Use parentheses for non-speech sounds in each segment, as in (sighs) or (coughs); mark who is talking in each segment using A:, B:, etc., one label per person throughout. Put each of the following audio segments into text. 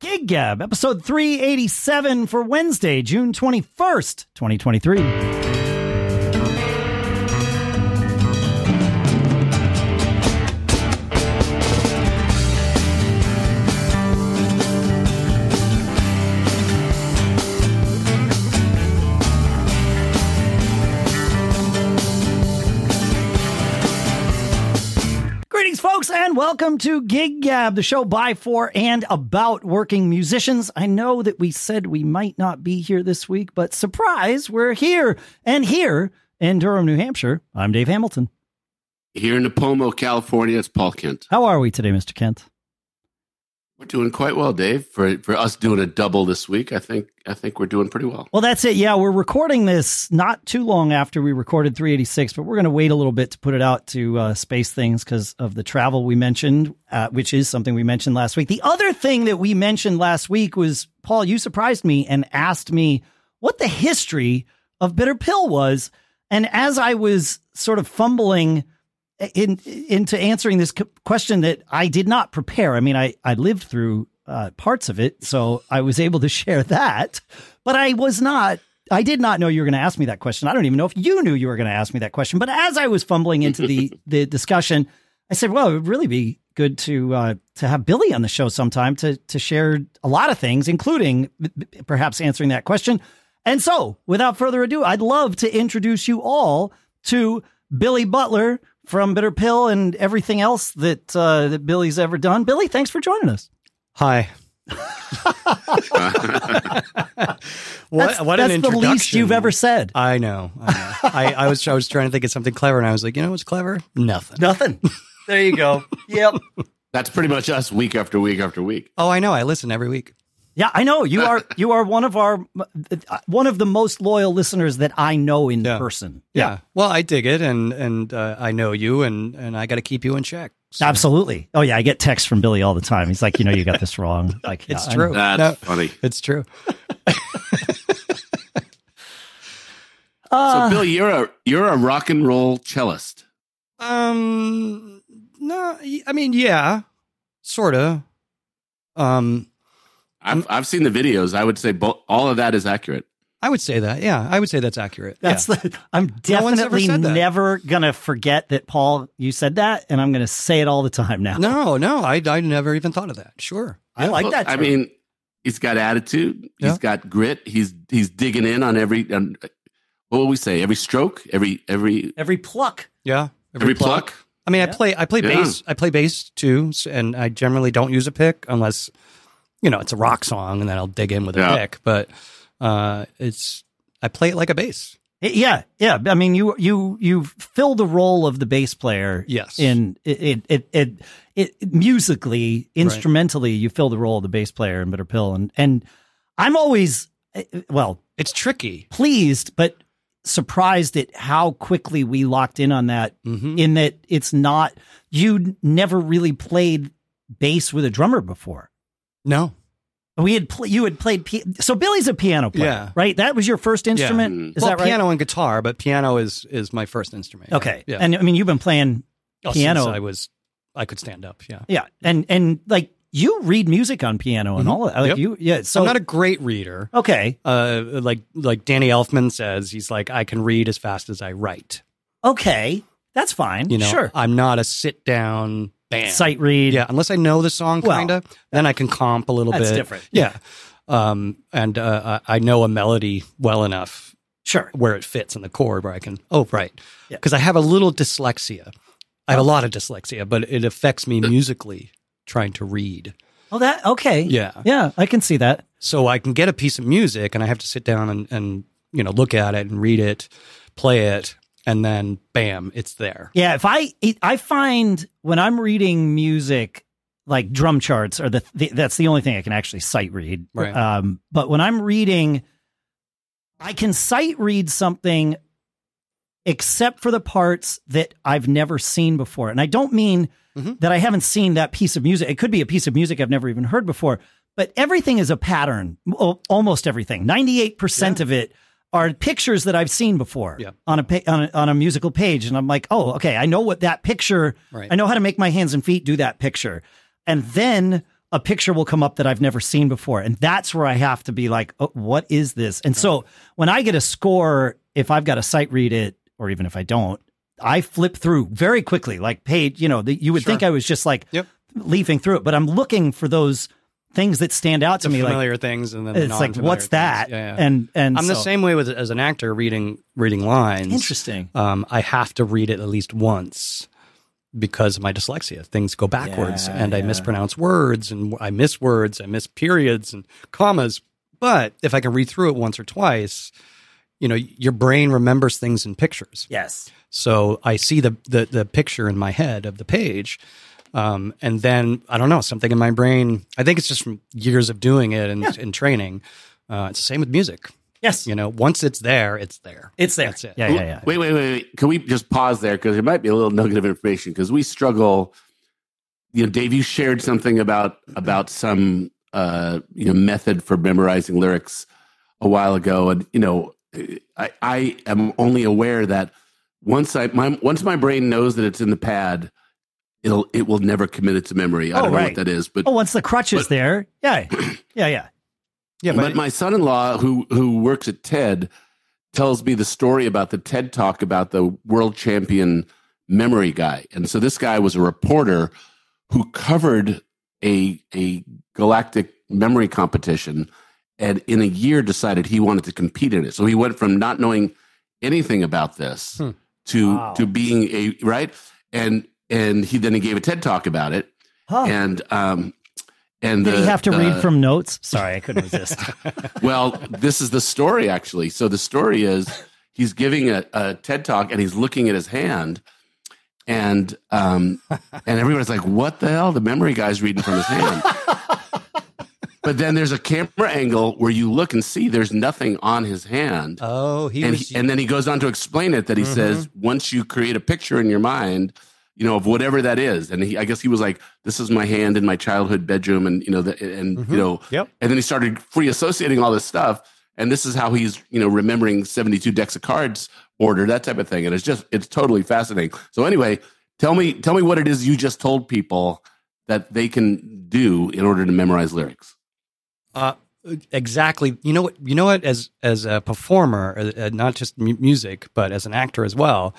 A: Gig Gab, episode 387 for Wednesday, June 21st, 2023. Greetings, folks, and welcome to Gig Gab, the show by, for, and about working musicians. I know that we said we might not be here this week, but surprise, we're here and here in Durham, New Hampshire. I'm Dave Hamilton.
B: Here in Napomo, California, it's Paul Kent.
A: How are we today, Mr. Kent?
B: We're doing quite well, Dave. For for us doing a double this week, I think I think we're doing pretty well. (laughs)
A: Well, that's it. Yeah, we're recording this not too long after we recorded 386, but we're going to wait a little bit to put it out to uh, space things because of the travel we mentioned, uh, which is something we mentioned last week. The other thing that we mentioned last week was Paul, you surprised me and asked me what the history of Bitter Pill was. And as I was sort of fumbling, in into answering this c- question that I did not prepare. I mean, I I lived through uh, parts of it, so I was able to share that, but I was not. I did not know you were going to ask me that question. I don't even know if you knew you were going to ask me that question. But as I was fumbling into the the discussion, I said, "Well, it would really be good to uh, to have Billy on the show sometime to to share a lot of things, including b- b- perhaps answering that question." And so, without further ado, I'd love to introduce you all to Billy Butler from Bitter Pill and everything else that uh, that Billy's ever done. Billy, thanks for joining us.
C: Hi. what
A: That's, that's
C: what an
A: the
C: introduction. Uh,
A: least you've ever said.
C: I know. I, know. I, I was I was trying to think of something clever, and I was like, you know what's clever? Nothing.
A: Nothing. there you go. Yep.
B: That's pretty much us week after week after week.
C: Oh, I know. I listen every week.
A: (laughs) Yeah, I know you are. You are one of our uh, one of the most loyal listeners that I know in
C: Yeah.
A: person.
C: Well, I dig it, and and uh, I know you, and and I got to keep you in check. So
A: Absolutely. Oh yeah, I get texts from Billy all the time. He's like, you know, you got this
C: (laughs)
A: wrong. Like,
C: it's
A: yeah, I know.
C: true.
B: That's
C: No,
B: funny.
C: it's true.
A: Uh,
B: so, Bill, you're a you're a rock and roll cellist.
C: Um, no, I mean, yeah, sorta. Um,
B: I've I've seen the videos. I would say bo- all of that is accurate.
C: I would say that. Yeah, I would say that's accurate. Yeah.
A: That's the, I'm
C: No one's ever
A: definitely
C: said that.
A: never gonna forget that Paul. You said that, and I'm gonna say it all the time now.
C: no, no, I I never even thought of that. Sure.
A: I like
B: Well,
A: that.
B: I
A: term.
B: mean, he's got attitude.
C: Yeah.
B: He's got grit. He's he's digging in on every on, what would we say? Every stroke, every every
A: every pluck.
C: Yeah.
B: every, pluck.
C: I mean,
A: Yeah.
C: I play I play
B: Yeah.
C: bass I play bass too, s- and I generally don't use a pick unless you know it's a rock song, and then I'll dig in with a
B: Yeah.
C: pick. But uh, it's I play it like a bass.
A: Yeah, yeah. I mean, you you you fill the role of the bass player.
C: Yes.
A: In it it it, it, it musically instrumentally, you fill the role of the bass player in Bitter Pill, and and I'm always eh, eh, well
C: It's tricky.
A: pleased, but surprised at how quickly we locked in on that.
C: hmm
A: In that it's not you never really played bass with a drummer before.
C: No,
A: We had pl- you had played pi- so Billy's a piano player,
C: Yeah. Mm-hmm.
A: right? That was your first instrument.
B: Mm.
A: Is
C: well,
A: that right?
C: piano and guitar, but piano is is my first instrument.
A: Okay.
C: yeah.
A: And I mean, you've been playing
C: Oh, since
A: piano.
C: I was I could stand up. Yeah,
A: Yeah, and and like you read music on piano and
C: Mhm.
A: all of that. Like
C: Yep.
A: you, yeah.
C: so
A: So
C: I'm not a great reader.
A: okay,
C: Uh, like like Danny Elfman says, he's like I can read as fast as I write.
A: okay, that's fine.
C: You know,
A: sure.
C: I'm not a sit down band.
A: Sight read.
C: Yeah, unless I know the song
A: Well,
C: kind of, then I can comp a little
A: that's
C: bit.
A: different.
C: Yeah. Um, and uh, I I know a melody well enough
A: Sure.
C: where it fits in the chord where I can, oh, right.
A: Yeah.
C: Because I have a little dyslexia. I have a lot of dyslexia, but it affects
A: (coughs)
C: me musically trying to read.
A: Oh, that okay.
C: Yeah.
A: yeah. I can see that.
C: So I can get a piece of music and I have to sit down and, and you know, look at it and read it, play it, and then bam, it's there.
A: Yeah, if I it- I find when I'm reading music, like drum charts are the, the that's the only thing I can actually sight read.
C: Right.
A: Um, but when I'm reading, I can sight read something, except for the parts that I've never seen before, and I don't mean
C: Mhm.
A: that I haven't seen that piece of music. It could be a piece of music I've never even heard before. But everything is a pattern. Al- Almost everything. Ninety eight percent of it are pictures that I've seen before
C: Yeah.
A: on a, pa- on a on a musical page, and I'm like, oh, okay, I know what that picture.
C: Right.
A: I know how to make my hands and feet do that picture, and then a a picture will come up that I've never seen before. And that's where I have to be like, oh, what is this? And so when I get a score, if I've got a sight read it, or even if I don't, I flip through very quickly, like page, you know, the, you would
C: Sure.
A: think I was just like
C: Yep.
A: leafing through it, but I'm looking for those things that stand out to
C: the
A: me. Like,
C: familiar things and then the
A: it's like,
C: non-familiar
A: what's
C: things.
A: that?
C: Yeah, yeah.
A: And, and
C: I'm the
A: so-
C: same way with as an actor reading reading lines.
A: Interesting.
C: Um, I have to read it at least once because of my dyslexia. Things go backwards,
A: Yeah,
C: and I
A: yeah.
C: mispronounce words, and I miss words, I miss periods and commas. But if I can read through it once or twice, you know, your brain remembers things in pictures.
A: Yes.
C: So I see the the, the picture in my head of the page. Um, and then I don't know something in my brain. I think it's just from years of doing it and, and training. Uh, it's the same with music.
A: Yes.
C: You know, once it's there, it's there.
A: It's there.
C: That's it.
A: Yeah, yeah, yeah.
B: Wait, wait, wait, wait. Can we just pause there? Because there might be a little nugget of information because we struggle. You know, Dave, you shared something about about some uh, you know method for memorizing lyrics a while ago, and you know, I, I am only aware that once I my once my brain knows that it's in the pad, it'll it will never commit it to memory. I
A: Oh,
B: don't know
A: right.
B: what that is, but
A: Oh, once the crutch is
B: But-
A: there. Yeah. Yeah.
C: (clears throat)
A: Yeah.
C: yeah
B: but, my son-in-law, who who works at TED, tells me the story about the TED talk about the world champion memory guy. And so this guy was a reporter who covered a a galactic memory competition, and in a year decided he wanted to compete in it. So he went from not knowing anything about this
C: Hmm.
B: to
A: Wow.
B: to being a right and and he then he gave a TED talk about it
A: Huh.
B: and um and
A: Did
B: the,
A: he have to
B: the-
A: read from notes? Sorry, I couldn't
C: (laughs)
A: resist.
B: well, this is the story actually. So the story is he's giving a, a TED talk and he's looking at his hand, and um, and everybody's like, "What the hell?" The memory guy's reading from his hand. but then there's a camera angle where you look and see there's nothing on his hand.
C: oh, he
B: and,
C: was. Mm-hmm.
B: he- and then he goes on to explain it that he says once you create a picture in your mind you know of whatever that is and he, i guess he was like this is my hand in my childhood bedroom and you know the, and
C: Mm-hmm.
B: you know
C: Yep.
B: and then he started free associating all this stuff and this is how he's you know remembering 72 decks of cards order that type of thing and it's just it's totally fascinating so anyway tell me tell me what it is you just told people that they can do in order to memorize lyrics
C: Uh, exactly. You know what? You know what? As as a performer, uh, uh, not just mu- music, but as an actor as well,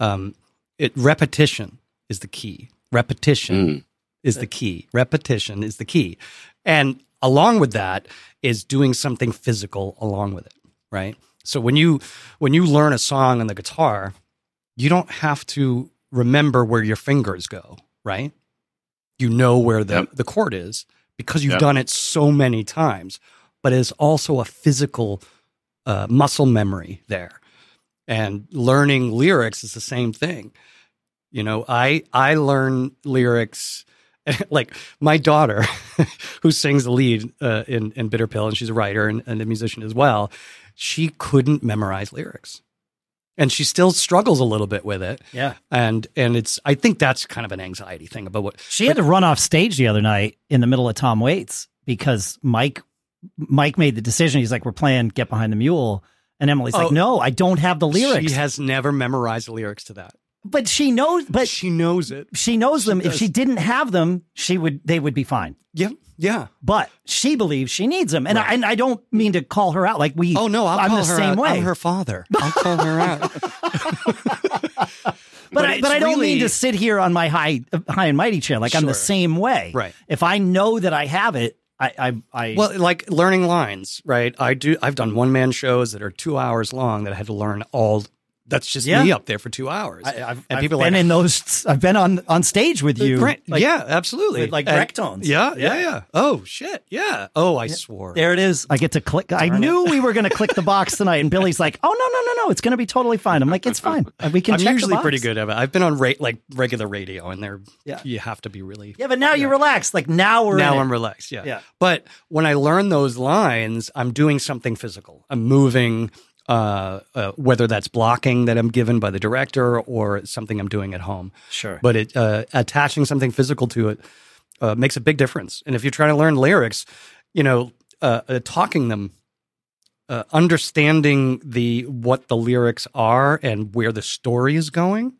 C: um, it repetition is the key. Repetition
B: Mm.
C: is the key. Repetition is the key, and along with that is doing something physical along with it. Right. So when you when you learn a song on the guitar, you don't have to remember where your fingers go. Right. You know where the
B: Yep.
C: the chord is because
B: Yep.
C: you've done it so many times, but it's also a physical uh, muscle memory there. And learning lyrics is the same thing. You know, I I learn lyrics (laughs) like my daughter, (laughs) who sings the lead uh, in in Bitter Pill, and she's a writer and, and a musician as well. She couldn't memorize lyrics, and she still struggles a little bit with it.
A: yeah.
C: And and it's I think that's kind of an anxiety thing about what
A: She had to run off stage the other night in the middle of Tom Waits because Mike Mike made the decision. He's like, We're playing Get Behind the Mule. And Emily's
C: Oh.
A: like, No, I don't have the lyrics.
C: She has never memorized the lyrics to that.
A: but she knows but she,
C: she knows it.
A: knows them. if
C: does.
A: she didn't have them, she would they would be fine.
C: Yeah, yeah.
A: But she believes she needs them. And I and I don't mean to call her out. Like we
C: Oh no, I'll
A: I'm
C: call
A: the
C: her
A: same
C: out.
A: way.
C: I'm her father. I'll call her (laughs) out.
A: but, I,
C: it's
A: but I don't mean
C: really-
A: to sit here on my high high and mighty chair. Like I'm the
C: Sure.
A: same way.
C: Right.
A: If I know that I have it, I I, I
C: Well, like learning lines, right? I do. I've done one man shows that are two hours long that I had to learn all. That's just
A: Yeah.
C: me up there for two hours,
A: I, I've,
C: and
A: I've
C: people are
A: been
C: like,
A: in those. I've been on on stage with you.
C: Right.
A: Like,
C: yeah, absolutely.
A: with, like,
C: And-
A: rectones.
C: Yeah, yeah,
A: Yeah.
C: yeah. Oh shit. Yeah. Oh, I swore.
A: There it is. I get to click. I knew we were going to click the box tonight, and Billy's like, "Oh no, no, no, no! It's going to be totally fine." I'm like, "It's
C: (laughs)
A: fine. We can."
C: I'm
A: check the
C: usually
A: box."
C: pretty good at it. I've been on ra- like regular radio, and there
A: Yeah.
C: you have to be really.
A: Yeah, but now you relax. Like now we're
C: now
A: in
C: I'm
A: it.
C: relaxed. Yeah.
A: Yeah.
C: But when I learn those lines, I'm doing something physical. I'm moving, uh, uh, whether that's blocking that I'm given by the director or something I'm doing at home.
A: sure.
C: But it uh, attaching something physical to it uh, makes a big difference. And if you're trying to learn lyrics, you know, uh, uh, talking them. Uh, understanding the what the lyrics are and where the story is going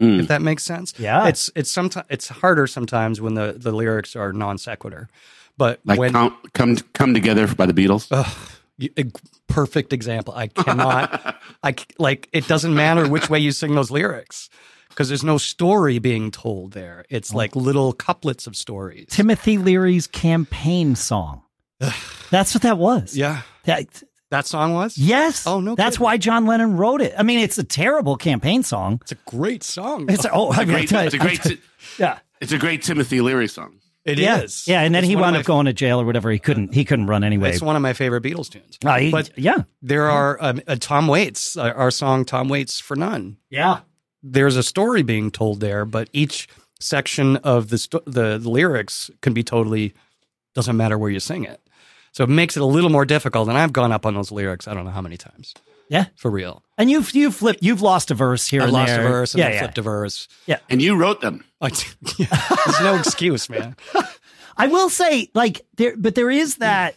B: Mm.
C: if that makes sense.
A: Yeah.
C: It's it's sometimes it's harder sometimes when the the lyrics are non sequitur, but
B: Like
C: when
B: come, come come together by the Beatles.
C: Ugh, you- a g- perfect example. I cannot. I c- like it doesn't matter which way you sing those lyrics because there's no story being told there.
A: Oh.
C: It's like little couplets of stories.
A: Timothy Leary's campaign song. That's what that was.
C: yeah,
A: That-
C: that song was.
A: yes.
C: Oh, no
A: That's
C: kidding.
A: why John Lennon wrote it. I mean, it's a terrible campaign song.
C: It's a great song.
A: It's oh, (laughs) I mean, I
B: Great-
A: tell you-
B: it's a great Ti-
A: yeah.
B: it's a great Timothy Leary song.
C: It
A: yeah,
C: is.
A: yeah, and then
C: It's
A: he
C: one of
A: wound
C: my
A: up going to jail or whatever. He couldn't. He couldn't run anyway.
C: It's one of my favorite Beatles tunes.
A: Uh, he-
C: but
A: yeah,
C: there are um, uh, Tom Waits, uh, our song "Tom Waits for None."
A: yeah.
C: There's a story being told there, but each section of the sto- the lyrics can be totally doesn't matter where you sing it. So it makes it a little more difficult. And I've gone up on those lyrics. I don't know how many times.
A: Yeah.
C: for real.
A: And you've you flipped. You've lost a verse here
C: I
A: and
C: lost
A: there.
C: a verse and
A: yeah,
C: I
A: yeah.
C: flipped a verse.
B: And you wrote them.
C: I- (laughs) There's no excuse, man.
A: I will say, like there, but there is that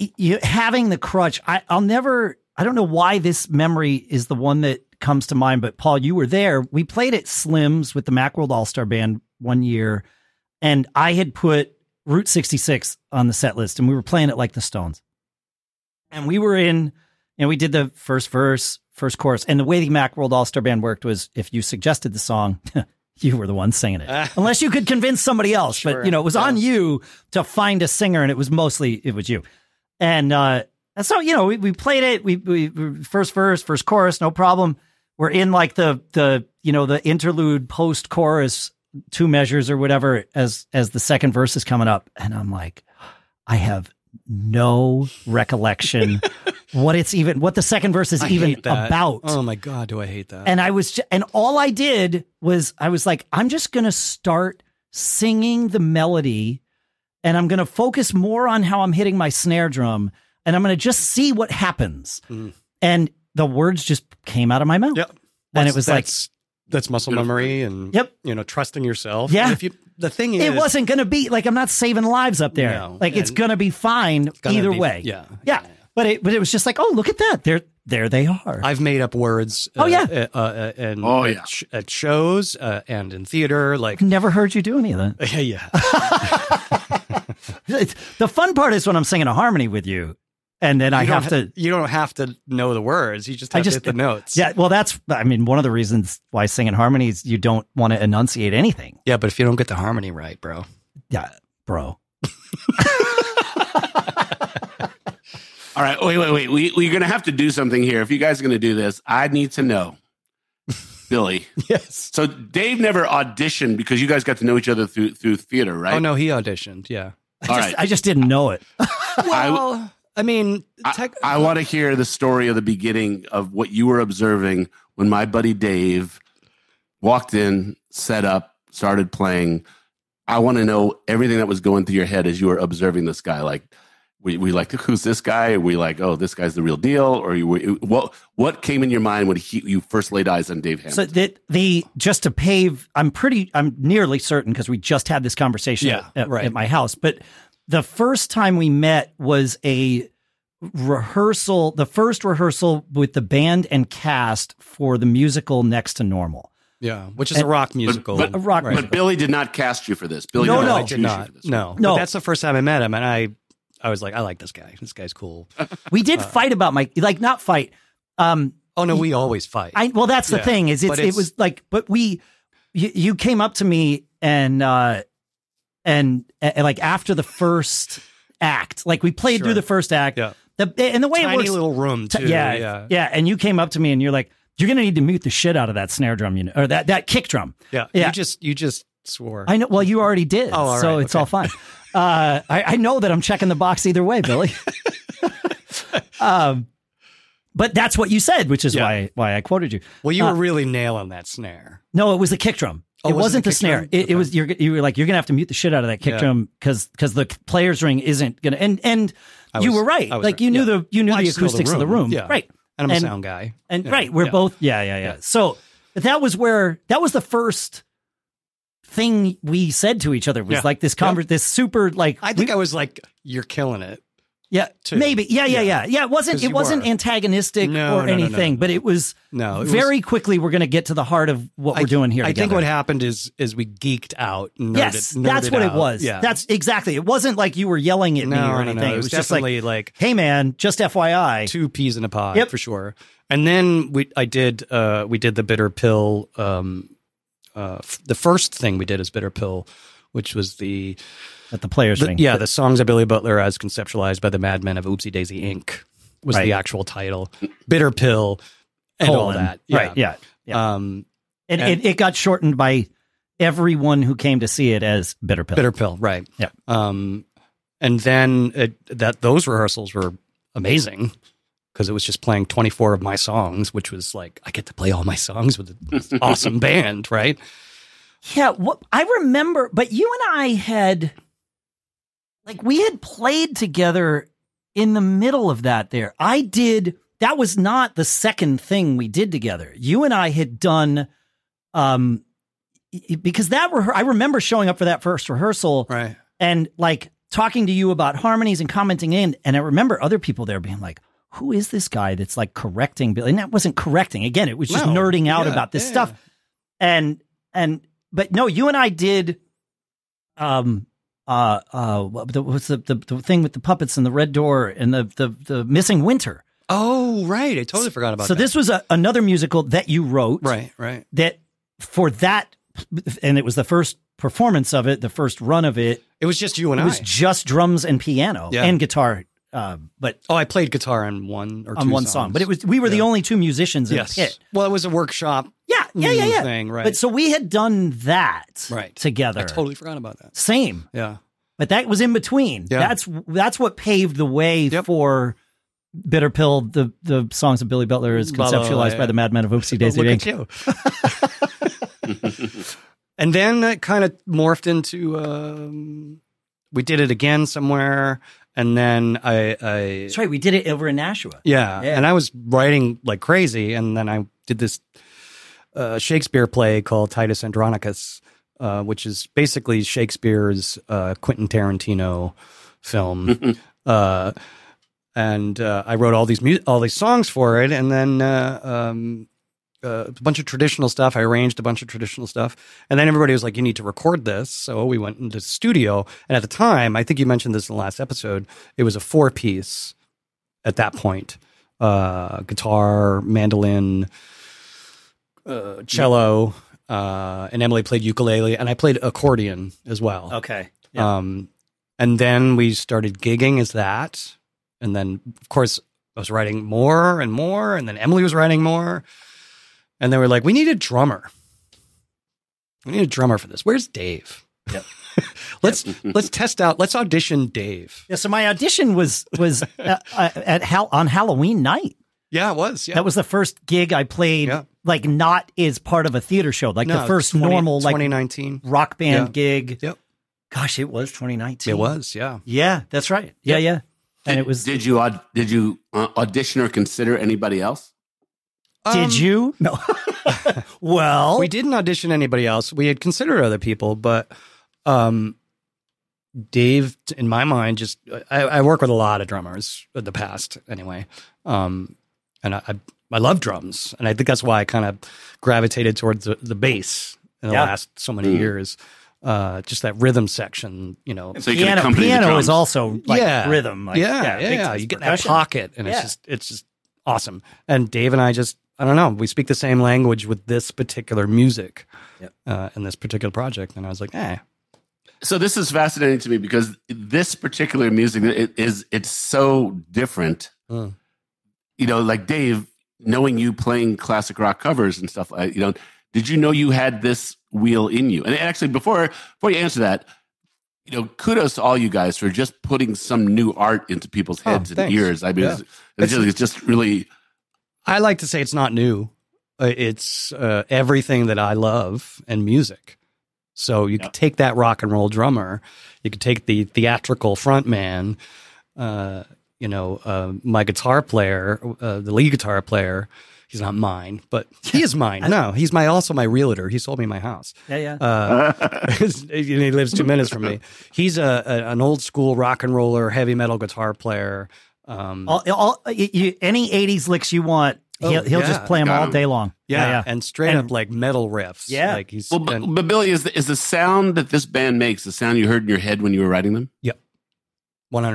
A: y- you having the crutch. I, I'll never. I don't know why this memory is the one that comes to mind. But Paul, you were there. We played at Slim's with the Macworld All Star Band one year, and I had put Route 66 on the set list, and we were playing it like the Stones. And we were in, and we did the first verse, first chorus. And the way the Macworld All Star Band worked was if you suggested the song, (laughs) you were the one singing it,
C: (laughs) Ah.
A: unless you could convince somebody else. But
C: Sure.
A: you know, it was
C: Yeah.
A: on you to find a singer, and it was mostly it was you. And uh, and so you know, we, we played it. We, we we- first verse, first chorus, no problem. We're in like the the you know the interlude post chorus two measures or whatever as as the second verse is coming up and i'm like i have no
C: (laughs)
A: recollection what it's even what the second verse is
C: I
A: even
C: hate
A: (laughs)
C: that.
A: about
C: Oh my god, do I hate that?
A: and i was ju- and all i did was i was like i'm just going to start singing the melody and i'm going to focus more on how i'm hitting my snare drum and i'm going to just see what happens
C: Mm.
A: and the words just came out of my mouth
C: Yep.
A: and it was like
C: that's, that's muscle
B: Beautiful.
C: memory and
A: Yep.
C: you know trusting yourself.
A: Yeah.
C: And if you the thing is
A: it wasn't going to be like I'm not saving lives up there.
C: No.
A: like it's
C: And-
A: going to be fine
C: gonna
A: either
C: be-
A: way.
C: Yeah.
A: yeah. But it but it was just like, oh, look at that. There there they are.
C: I've made up words.
A: Oh, yeah.
C: uh, uh, uh, and
B: Oh,
C: at
B: yeah.
C: sh- at, shows uh, and in theater,
A: (laughs)
C: like
A: I've never heard you do any of that.
C: (laughs) yeah,
A: It's, the fun part is when I'm singing a harmony with you, and then I
C: You don't
A: have to.
C: ha- You don't have to know the words. You just
A: I
C: have
A: just-
C: to hit the notes.
A: Yeah, well, that's I mean one of the reasons why singing harmonies you don't want to enunciate anything.
C: yeah. But if you don't get the harmony
A: (laughs)
C: right, bro,
A: Yeah, bro.
B: All right, wait, wait, wait. We we're gonna have to do something here. If you guys are gonna do this, I need to know, (laughs) Billy.
C: yes.
B: So Dave never auditioned because you guys got to know each other through through theater, right?
C: Oh no, he auditioned. Yeah.
B: All
A: I
B: right.
A: just, I just didn't know it.
C: Well, I, mean,
B: I,
C: tech-
B: I want to hear the story of the beginning of what you were observing when my buddy Dave walked in, set up, started playing. I want to know everything that was going through your head as you were observing this guy. Like, we we like who's this guy? Are we like, oh, this guy's the real deal? Or you, were- what what came in your mind when he, you first laid eyes on Dave Hammond?
A: So that the just to pave, I'm pretty, I'm nearly certain because we just had this conversation
C: Yeah,
A: at, at-
C: right.
A: at my house. But the first time we met was a rehearsal, the first rehearsal with the band and cast for the musical Next to Normal.
C: yeah, which is a rock musical.
B: but-
A: A rock
C: Right.
B: but Billy did not cast you for this. Billy
A: No,
B: did
A: no.
B: not
C: I
B: choose
C: did
B: you
C: not.
B: for this.
C: No,
A: No.
C: But that's the first time I met him, and I, I was like, I like this guy. This guy's cool.
B: Uh,
A: We did fight about my, like not fight. Um,
C: Oh no, we always fight.
A: I well, that's the
C: Yeah.
A: thing is it's,
C: But it's-
A: it was like, but we, you, you came up to me and uh, and, and like after the first act, like we played through
C: Sure.
A: the first act.
C: Yeah.
A: The, and the way
C: Tiny
A: it works,
C: little room
A: t-
C: too.
A: yeah,
C: yeah,
A: yeah, And you came up to me and you're like, "You're gonna need to mute the shit out of that snare drum, you know, or that that kick drum."
C: yeah.
A: Yeah.
C: You just, you just swore.
A: I know. Well, you already did,
C: Oh, all
A: so
C: right,
A: it's
C: okay.
A: all fine. Uh, I, I know that I'm checking the box either way,
C: (laughs)
A: Billy. um, but that's what you said, which is
C: Yeah.
A: why why I quoted you.
C: Well, you
A: Uh,
C: were really nailing that snare.
A: No, it was the kick drum.
C: Oh,
A: it
C: was it
A: wasn't
C: the
A: the,
C: kick
A: snare.
C: drum?
A: It, it
C: Okay.
A: was you're you were like you're gonna have to mute the shit out of that kick
C: Yeah.
A: drum because because the clayer's ring isn't gonna and and
C: I
A: you
C: was-
A: were right.
C: I was
A: Like
C: right.
A: you knew
C: Yeah.
A: the you knew
C: Well, I
A: the
C: just know the
A: acoustics of the
C: room.
A: room,
C: Yeah.
A: right?
C: And I'm
A: And-
C: a sound guy.
A: And
C: Yeah.
A: right, we're
C: Yeah.
A: both yeah, yeah, yeah.
C: Yeah.
A: So but that was where that was the first thing we said to ech other was
C: Yeah.
A: like this conver- this super like
C: I think I was like, "You're killing it."
A: Yeah,
C: too.
A: maybe. Yeah, yeah, yeah,
C: Yeah.
A: yeah. It wasn't.
C: 'Cause
A: It
C: you
A: wasn't
C: were.
A: antagonistic
C: No,
A: or
C: no, no, no,
A: anything, but it was.
C: No, it was-
A: very quickly, we're going to get to the heart of what we're doing here.
C: I think
A: together.
C: what happened is is we geeked out. Nerded,
A: Yes, that's
C: nerded
A: what
C: out.
A: it was.
C: Yeah,
A: That's exactly. It wasn't like you were yelling at
C: no,
A: me or
C: no,
A: anything.
C: no.
A: It was just like,
C: definitely like,
A: "Hey, man, just FYI."
C: two peas in a pod
A: Yep.
C: for sure. And then we, I did, uh, we did the bitter pill. Um, uh, f- the first thing we did is bitter pill, which was the,
A: at the players
C: the
A: thing.
C: yeah the songs of Billy Butler as conceptualized by the madmen of Oopsie Daisy Inc. was
A: Right.
C: the actual title. Bitter pill and all
A: colon.
C: that.
A: Right. Yeah. yeah.
C: Um,
A: and it,
C: and-
A: it got shortened by everyone who came to see it as bitter pill.
C: bitter pill. Right.
A: Yeah.
C: Um, and then it, that those rehearsals were amazing because it was just playing 24 of my songs, which was like, I get to play all my songs with
A: (laughs)
C: this awesome band. Right.
A: Yeah, what I remember, but you and I had like we had played together in the middle of that there. I did that was not the second thing we did together. You and I had done um y- y- because that rehe- I remember showing up for that first rehearsal
C: Right.
A: and like talking to you about harmonies and commenting in and I remember other people there being like who is this guy that's like correcting Billy? And that wasn't correcting. Again, it was just
C: No.
A: nerding out
C: Yeah,
A: about this
C: yeah.
A: stuff and and but no, you and I did. Um. Uh. Uh. What the, what's the, the the thing with the puppets and the red door and the the the missing winter?
C: Oh, right. I totally forgot about
A: so
C: that.
A: this was a, another musical that you wrote,
C: Right. Right.
A: That for that, and it was the first performance of it, the first run of it.
C: It was just you and
A: It
C: I.
A: was just drums and piano
C: Yeah.
A: and guitar. Uh, but
C: oh, I played guitar on one or
A: on
C: two
A: one
C: songs.
A: song, but it was we were the
C: Yeah.
A: only two musicians in
C: yes.
A: the pit.
C: Well, it was a workshop.
A: Yeah, yeah, yeah, yeah.
C: Thing, right.
A: But so we had done that
C: Right.
A: together.
C: I totally forgot about that.
A: Same.
C: Yeah.
A: but that was in between.
C: Yeah.
A: That's that's what paved the way
C: Yep.
A: for Bitter Pill. The the songs of Billy Butler is
C: Blah, blah,
A: conceptualized
C: yeah.
A: by the madmen of Oopsie Daisy.
C: Oh, look
A: Dink.
C: at you. (laughs) and then that kind of morphed into um, we did it again somewhere, and then I, I
A: That's right. We did it over in Nashua.
C: yeah,
A: Yeah.
C: and I was writing like crazy, and then I did this uh, Shakespeare play called Titus Andronicus, uh, which is basically Shakespeare's uh, Quentin Tarantino film. uh, and uh, I wrote all these mu- all these songs for it, and then uh, um, uh, a bunch of traditional stuff. I arranged a bunch of traditional stuff, and then everybody was like, "You need to record this." So we went into the studio, and at the time, I think you mentioned this in the last episode. It was a four piece at that point uh, guitar, mandolin, uh, cello, uh, and Emily played ukulele, and I played accordion as well.
A: Okay.
C: Um, and then we started gigging as that. And then, of course, I was writing more and more. And then Emily was writing more. And they were like, we need a drummer. We need a drummer for this. Where's Dave?
A: Yep.
C: (laughs) let's let's test out. Let's audition Dave.
A: Yeah, so my audition was was
C: (laughs)
A: uh, uh, at Hal- on Halloween night.
C: Yeah, it was. Yeah,
A: That was the first gig I played,
C: Yeah.
A: like not as part of a theater show, like
C: No,
A: the first
C: 20
A: normal like
C: 2019.
A: rock band
C: Yeah.
A: gig.
C: Yep.
A: Gosh, it was 2019.
C: It was, yeah.
A: Yeah, that's right. Yeah, yeah. And it was. Did,
B: Did you aud- did you uh, audition or consider anybody else?
C: Um,
A: you?
C: (laughs)
A: No. well,
C: We didn't audition anybody else. We had considered other people, but um, Dave, in my mind, just I, I work with a lot of drummers in the past, anyway, um, and I, I I love drums, and I think that's why I kind of gravitated towards the, the bass in the
A: Yeah. Mm-hmm.
C: last so many
B: Mm.
C: years. Uh, just that rhythm section, you know.
B: So you could
A: piano,
B: accompany the
A: piano
B: drums.
A: is also like
C: Yeah.
A: rhythm. Like,
C: yeah, yeah,
A: big
C: yeah.
A: time
C: You get that
A: percussion.
C: pocket, and
A: Yeah.
C: it's just it's just awesome. And Dave and I just I don't know. We speak the same language with this particular music,
A: Yep.
C: uh, and this particular project. And I was like, eh,
B: So this is fascinating to me because this particular music it is it's so different.
C: Hmm.
B: You know, like Dave, knowing you playing classic rock covers and stuff, like you know, did you know you had this wheel in you? And actually, before before you answer that, you know, kudos to all you guys for just putting some new art into people's
C: Oh,
B: heads and
C: thanks.
B: ears. I mean,
C: Yeah.
B: it's, it's, just, it's just really
C: I like to say it's not new. Uh, It's uh, everything that I love and music. So you
B: Yep.
C: could take that rock and roll drummer, you could take the theatrical frontman, uh, you know, uh, my guitar player, uh, the lead guitar player. He's not mine, but he is mine. No, he's my also my realtor. He sold me my house.
A: Yeah, yeah.
C: Uh, (laughs) and he lives two minutes from me. He's a, a an old school rock and roller, heavy metal guitar player. Um,
A: all, all, you, you, any 80s licks you want,
C: Oh,
A: he'll, he'll
C: yeah.
A: just play them
B: Got
A: all
B: 'em.
A: day long.
C: yeah,
A: yeah.
C: and straight
A: And-
C: up like metal riffs.
A: Yeah.
C: like he's
B: Well, but, oh,
C: and-
B: but Billy, is the, is the sound that this band makes the sound you heard in your head when you were writing them?
C: 100%.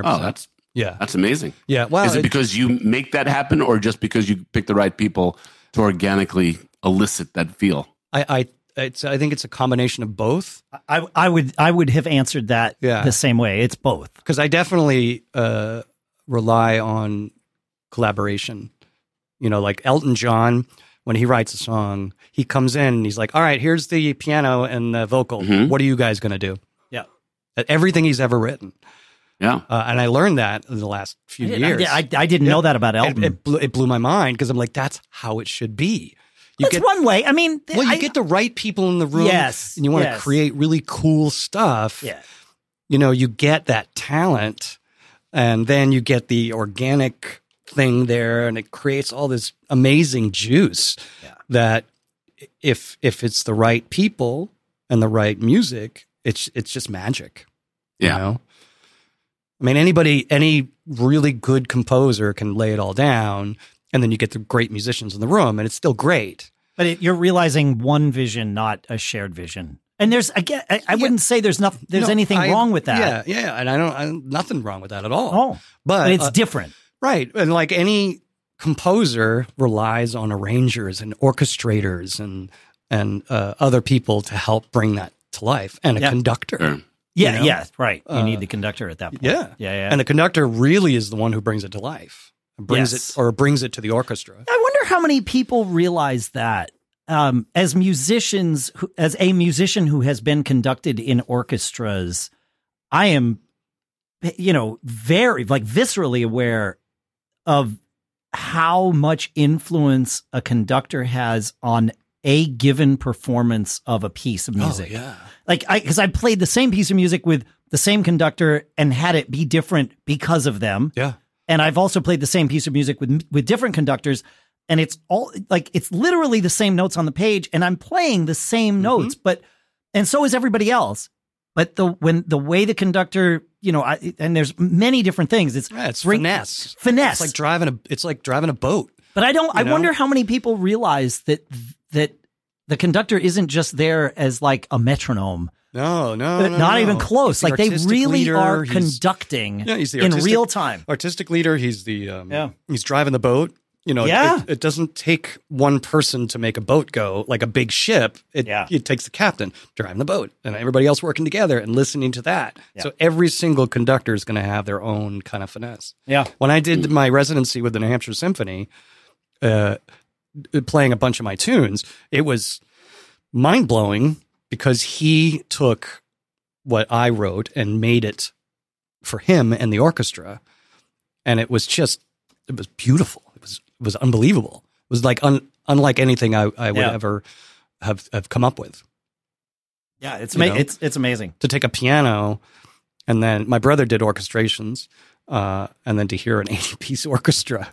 B: Oh, that's
C: yeah.
B: that's amazing.
C: Yeah. Well,
B: is it
C: it-
B: because you make that happen, or just because you pick the right people to organically elicit that feel?
C: I, I, it's, I think it's a combination of both
A: I, I would I would have answered that
C: Yeah.
A: the same way. It's both.
C: because I definitely uh, rely on collaboration. You know, like Elton John, when he writes a song, he comes in and he's like, all right, here's the piano and the vocal.
B: Mhm.
C: What are you guys going to do?
A: Yeah.
C: Uh, Everything he's ever written.
B: Yeah,
C: Uh, and I learned that in the last few
A: I
C: years.
A: didn't, I, I didn't know that about
C: it,
A: Elton.
C: it blew, it blew my mind because I'm like, that's how it should be. You
A: That's
C: get
A: one way. I mean,
C: well, you
A: I-
C: get the right people in the room,
A: Yes,
C: and you want
A: yes.
C: to create really cool stuff.
A: yeah.
C: you know, you get that talent, and then you get the organic thing there, and it creates all this amazing juice.
A: Yeah.
C: That if if it's the right people and the right music, it's it's just magic.
B: Yeah.
C: You know? I mean, anybody, any really good composer can lay it all down, and then you get the great musicians in the room, and it's still great.
A: But it, you're realizing one vision, not a shared vision. And there's again, I, I
C: Yeah.
A: wouldn't say there's nothing. There's
C: No,
A: anything
C: I-
A: wrong with that.
C: Yeah, yeah, and I don't, I, nothing wrong with that at all.
A: Oh,
C: but
A: but it's
C: uh,
A: different.
C: right, and like any composer relies on arrangers and orchestrators and and uh, other people to help bring that to life, and a
A: Yeah.
C: conductor.
B: Sure.
A: Yeah,
C: you know?
A: yeah, right. You
C: Uh,
A: need the conductor at that point.
C: Yeah.
A: yeah, yeah.
C: and the conductor really is the one who brings it to life, brings
A: Yes.
C: it or brings it to the orchestra.
A: I wonder how many people realize that um, as musicians, who, as a musician who has been conducted in orchestras, I am, you know, very like viscerally aware of how much influence a conductor has on a given performance of a piece of music
C: Oh, yeah,
A: like I because I played the same piece of music with the same conductor and had it be different because of them.
C: Yeah.
A: And I've also played the same piece of music with with different conductors and it's all like it's literally the same notes on the page and I'm playing the same
C: Mm-hmm.
A: notes but and so is everybody else. But the when the way the conductor, you know, I, and there's many different things. It's
C: yeah it's
A: ring-
C: finesse.
A: Finesse.
C: It's like driving a. It's like driving a boat.
A: But I don't. I
C: You know?
A: wonder how many people realize that that the conductor isn't just there as like a metronome,
C: No, no,
A: but
C: no,
A: Uh, not
C: no.
A: even close.
C: He's the
A: Like they
C: artistic
A: really
C: leader.
A: are
C: He's-
A: conducting
C: Yeah, he's the
A: in
C: artistic-
A: real time.
C: artistic leader. He's the um,
A: Yeah.
C: He's driving the boat. You know, it-
A: Yeah.
C: it, it doesn't take one person to make a boat go like a big ship. It,
A: Yeah.
C: it takes the captain driving the boat and everybody else working together and listening to that.
A: Yeah.
C: So every single conductor is going to have their own kind of finesse.
A: Yeah.
C: When I did my residency with the New Hampshire Symphony, uh, d- playing a bunch of my tunes, it was mind blowing because he took what I wrote and made it for him and the orchestra, and it was just it was beautiful. It was it was unbelievable. It was like un, unlike anything I, I would
A: Yeah.
C: ever have have come up with
A: Yeah, it's
C: You
A: ama-
C: know?
A: it's it's amazing.
C: to take a piano and then my brother did orchestrations uh, and then to hear an (laughs) 80 piece orchestra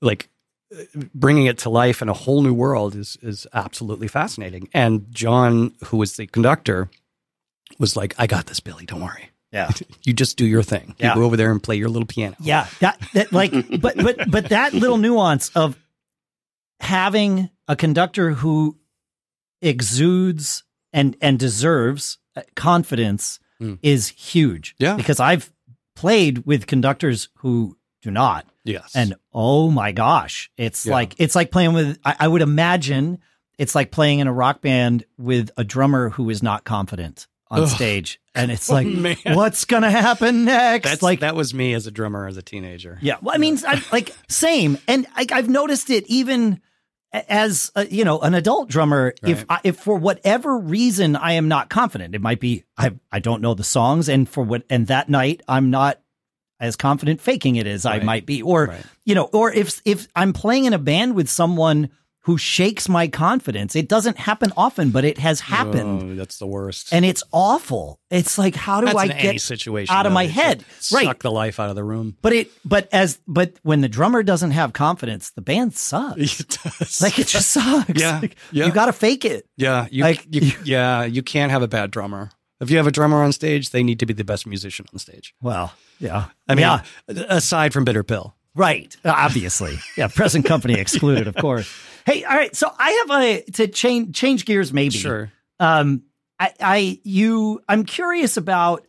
C: like uh, bringing it to life in a whole new world is is absolutely fascinating and john who was the conductor was like i got this billy don't worry
A: Yeah,
C: you just do your thing
A: Yeah.
C: you go over there and play your little piano
A: yeah. That that
C: (laughs)
A: like, but but but that little nuance of having a conductor who exudes and and deserves uh, confidence
C: Mm.
A: is huge.
C: Yeah.
A: because I've played with conductors who do not.
C: yes
A: And oh my gosh, it's
C: Yeah.
A: like it's like playing with. I, I would imagine it's like playing in a rock band with a drummer who is not confident on
C: Ugh.
A: stage, and it's like,
C: (laughs) man.
A: what's gonna happen next?
C: that's
A: like,
C: like that was me as a drummer as a teenager
A: yeah. Well, I mean, I, like same, and I, I've noticed it even a- as a, you know an adult drummer. If
C: Right.
A: I, if for whatever reason I am not confident, it might be I I don't know the songs, and for what and that night I'm not as confident faking it as I
C: Right.
A: might be, or
C: Right.
A: you know, or if if I'm playing in a band with someone who shakes my confidence. It doesn't happen often, but it has happened.
C: Oh, that's the worst.
A: And it's awful. It's like, how do
C: that's
A: I
C: in any
A: get
C: situation
A: out of
C: though.
A: my
C: It's
A: head.
C: like,
A: Right.
C: Suck the life out of the room. (laughs)
A: But it, but as, but when the drummer doesn't have confidence, the band sucks.
C: (laughs) It does.
A: Like it just sucks.
C: Yeah,
A: Like,
C: yeah.
A: You got to fake it.
C: yeah, you,
A: like-
C: you, yeah, you can't have a bad drummer. If you have a drummer on stage, they need to be the best musician on stage.
A: Well, yeah.
C: I mean,
A: yeah,
C: aside from Bitter Pill.
A: right. Uh,
C: (laughs)
A: Obviously. yeah. Present company excluded, of course. Hey, all right. So I have a, to change, change gears maybe.
C: Sure.
A: um i i you i'm curious about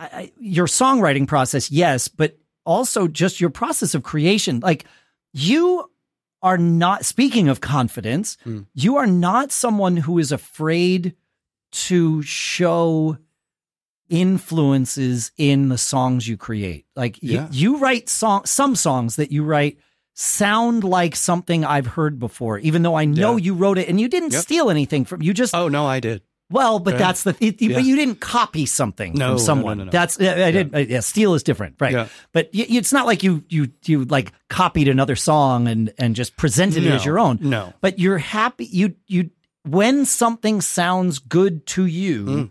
A: I, I, your songwriting process yes but also just your process of creation like you are not speaking of confidence
C: Hmm.
A: you are not someone who is afraid to show influences in the songs you create like you-
C: Yeah.
A: you, write song some songs that you write sound like something i've heard before even though i know
C: Yeah.
A: you wrote it and you didn't
C: Yep.
A: steal anything from you just
C: Oh no, I did.
A: well, but
C: Right.
A: that's the it,
C: Yeah.
A: but you didn't copy something
C: No, no,
A: from
C: no,
A: someone.
C: no, no.
A: That's I, I didn't. uh, yeah, steal is different, right?
C: Yeah.
A: But y- it's not like you you you like copied another song and and just presented it
C: No,
A: as your own.
C: No.
A: But you're happy. You you when something sounds good to you,
C: Mm.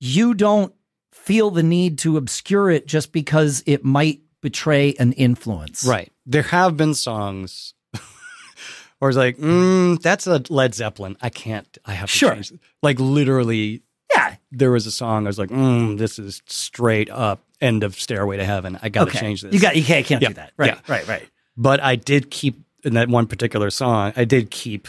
A: you don't feel the need to obscure it just because it might betray an influence.
C: Right. There have been songs (laughs) where it's like, mm, that's a Led Zeppelin. I can't, I have to
A: Sure.
C: change. it." Like literally,
A: Yeah.
C: there was a song I was like, mm, this is straight up end of Stairway to Heaven. I got to
A: okay.
C: change this.
A: You got. You can't, can't
C: Yeah.
A: do that. Right.
C: Yeah.
A: Right. Right.
C: but I did keep, in that one particular song, I did keep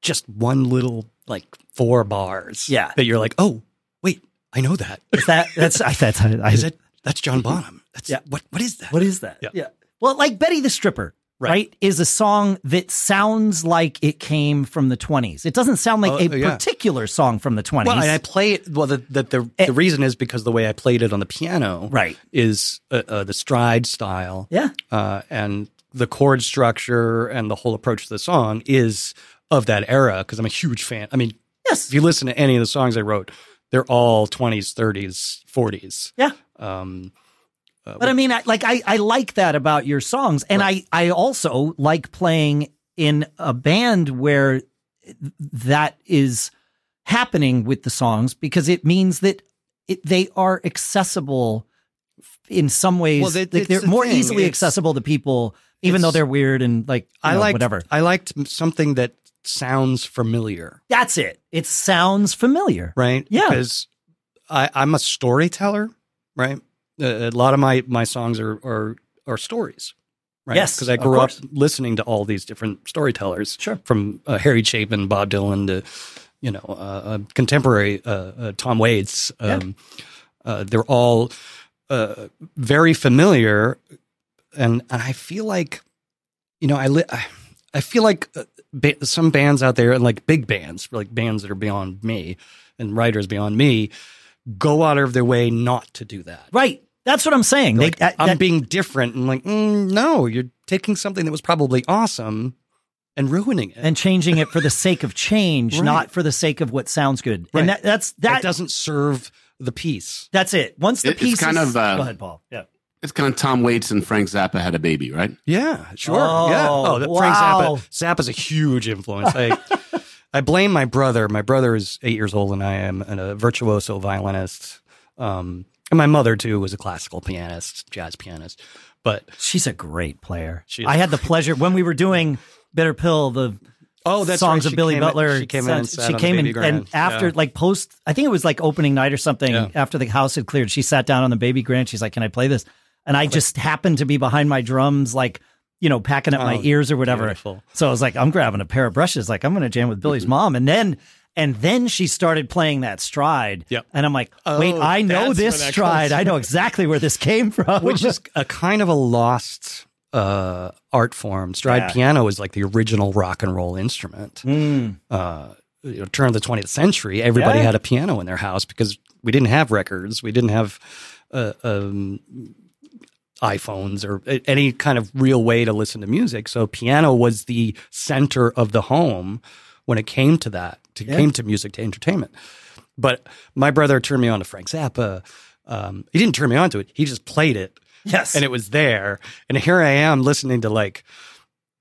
C: just one little, like four bars.
A: Yeah.
C: That you're like, oh, wait, I know that.
A: Is that that's I, that's I, I,
C: Is that, that's
A: (laughs)
C: John Bonham. That's,
A: Yeah.
C: What, what is that?
A: What is that?
C: Yeah.
A: Well, like Betty the Stripper, right.
C: Right.
A: is a song that sounds like it came from the 20s. It doesn't sound like
C: Oh,
A: a
C: yeah.
A: particular song from the 20s.
C: Well, and I play it. Well, the the, the,
A: Eh.
C: the reason is because the way I played it on the piano
A: right.
C: is uh, uh, the stride style
A: Yeah.
C: uh, and the chord structure and the whole approach to the song is of that era because I'm a huge fan. I mean,
A: Yes.
C: if you listen to any of the songs I wrote, they're all 20s, 30s, 40s.
A: Yeah.
C: Um, uh,
A: But I mean, I, like I, I like that about your songs, and I I also like playing in a band where that is happening with the songs because it means that it, they are accessible in some ways.
C: Well, that-
A: like
C: that's
A: they're
C: the
A: more
C: thing.
A: easily
C: It's-
A: accessible to people, even
C: it's-
A: though they're weird and like you
C: I
A: know,
C: liked,
A: whatever.
C: I liked something that sounds familiar,
A: That's it. It sounds familiar.
C: right?
A: Yeah.
C: Because I, I'm a storyteller, right? A, a lot of my, my songs are, are, are stories, right?
A: Yes,
C: Because I
A: of
C: grew up
A: course.
C: listening to all these different storytellers.
A: Sure.
C: From uh, Harry Chapin, Bob Dylan to, you know, uh, uh, contemporary uh, uh, Tom Waits. Um, uh, they're all uh, very familiar. And, and I feel like, you know, I, li- I, I feel like uh, ba- some bands out there and like big bands, like bands that are beyond me and writers beyond me, go out of their way not to do that.
A: Right. That's what I'm saying.
C: Like,
A: they, that-
C: I'm
A: that-
C: being different and like, mm, no, you're taking something that was probably awesome and ruining it.
A: and changing it for the sake of change,
C: Right.
A: not for the sake of what sounds good.
C: Right.
A: And that, that's
C: that
A: that
C: doesn't serve the piece.
A: That's it. Once the
B: It- it's
A: piece
B: kind
A: is,
B: of, uh,
A: go ahead, Paul. Yeah.
B: It's kind of Tom Waits and Frank Zappa had a baby, right?
C: Yeah, sure.
A: Oh,
C: yeah. Oh, that
A: wow.
C: Frank Zappa. Zappa's a huge influence. (laughs) I, I blame my brother. My brother is eight years older than I am and a virtuoso violinist. Um, and my mother, too, was a classical pianist, jazz pianist. But
A: She's a great player.
C: She is.
A: I had the pleasure when we were doing Bitter Pill, the
C: Oh, that's
A: songs
C: right.
A: of
C: She
A: Billy
C: came in-
A: Butler.
C: she came in and
A: sent-
C: sat
A: she
C: on the
A: came
C: baby
A: in,
C: grand.
A: and after
C: Yeah.
A: like post, I think it was like opening night or something.
C: Yeah.
A: After the house had cleared, she sat down on the baby grand. She's like, "Can I play this?" And I just happened to be behind my drums, like you know, packing up my
C: Oh,
A: ears or whatever.
C: beautiful. Mm-hmm.
A: So I was like, "I'm grabbing a pair of brushes. Like I'm going to jam with Billy's mom." And then. And then she started playing that stride.
C: Yep.
A: And I'm like, wait,
C: Oh,
A: I know
C: that's
A: this
C: where that
A: stride.
C: comes
A: I know exactly where this came from.
C: (laughs) which is a kind of a lost uh, art form. Stride
A: Yeah.
C: piano is like the original rock and roll instrument.
A: Mm.
C: Uh, you know, turn of the 20th century, everybody
A: Yeah.
C: had a piano in their house because we didn't have records, we didn't have uh, um, iPhones or a- any kind of real way to listen to music. So piano was the center of the home when it came to that, to
A: Yeah.
C: came to music, to entertainment. But my brother turned me on to Frank Zappa. Um, he didn't turn me on to it. He just played it
A: (laughs) Yes.
C: and it was there. And here I am listening to like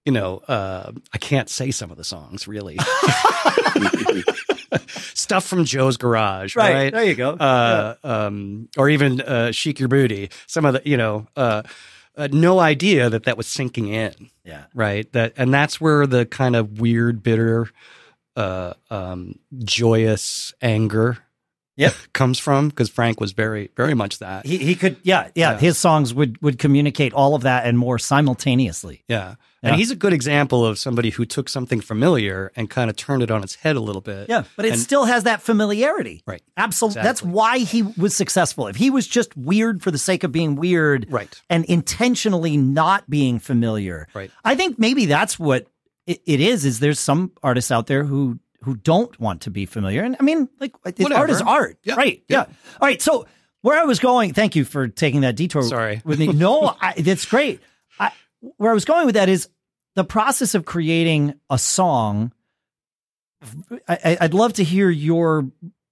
C: you know, uh, I can't say some of the songs (laughs) really. Stuff from Joe's Garage, right?
A: There you go.
C: Uh, um, or even uh, Chic Your Booty. Some of the, you know, uh, uh, no idea that that was sinking in
A: yeah.
C: right that and that's where the kind of weird bitter uh um joyous anger
A: Yep.
C: comes from because frank was very very much that
A: He, he could yeah, yeah
C: Yeah.
A: his songs would would communicate all of that and more simultaneously.
C: yeah.
A: Yeah.
C: and he's a good example of somebody who took something familiar and kind of turned it on its head a little bit
A: Yeah, but it
C: And-
A: still has that familiarity.
C: Right.
A: Absolutely. That's
C: Exactly.
A: why he was successful. If he was just weird for the sake of being weird
C: right
A: and intentionally not being familiar.
C: Right.
A: I think maybe that's what it, it is is there's some artists out there who who don't want to be familiar. And I mean, like it's
C: Whatever.
A: art is art.
C: Yeah.
A: Right. Yeah.
C: Yeah.
A: All right, so where I was going, thank you for taking that detour
C: Sorry.
A: with me.
C: (laughs)
A: No, I, that's great. I, where I was going with that is the process of creating a song I- I, I'd love to hear your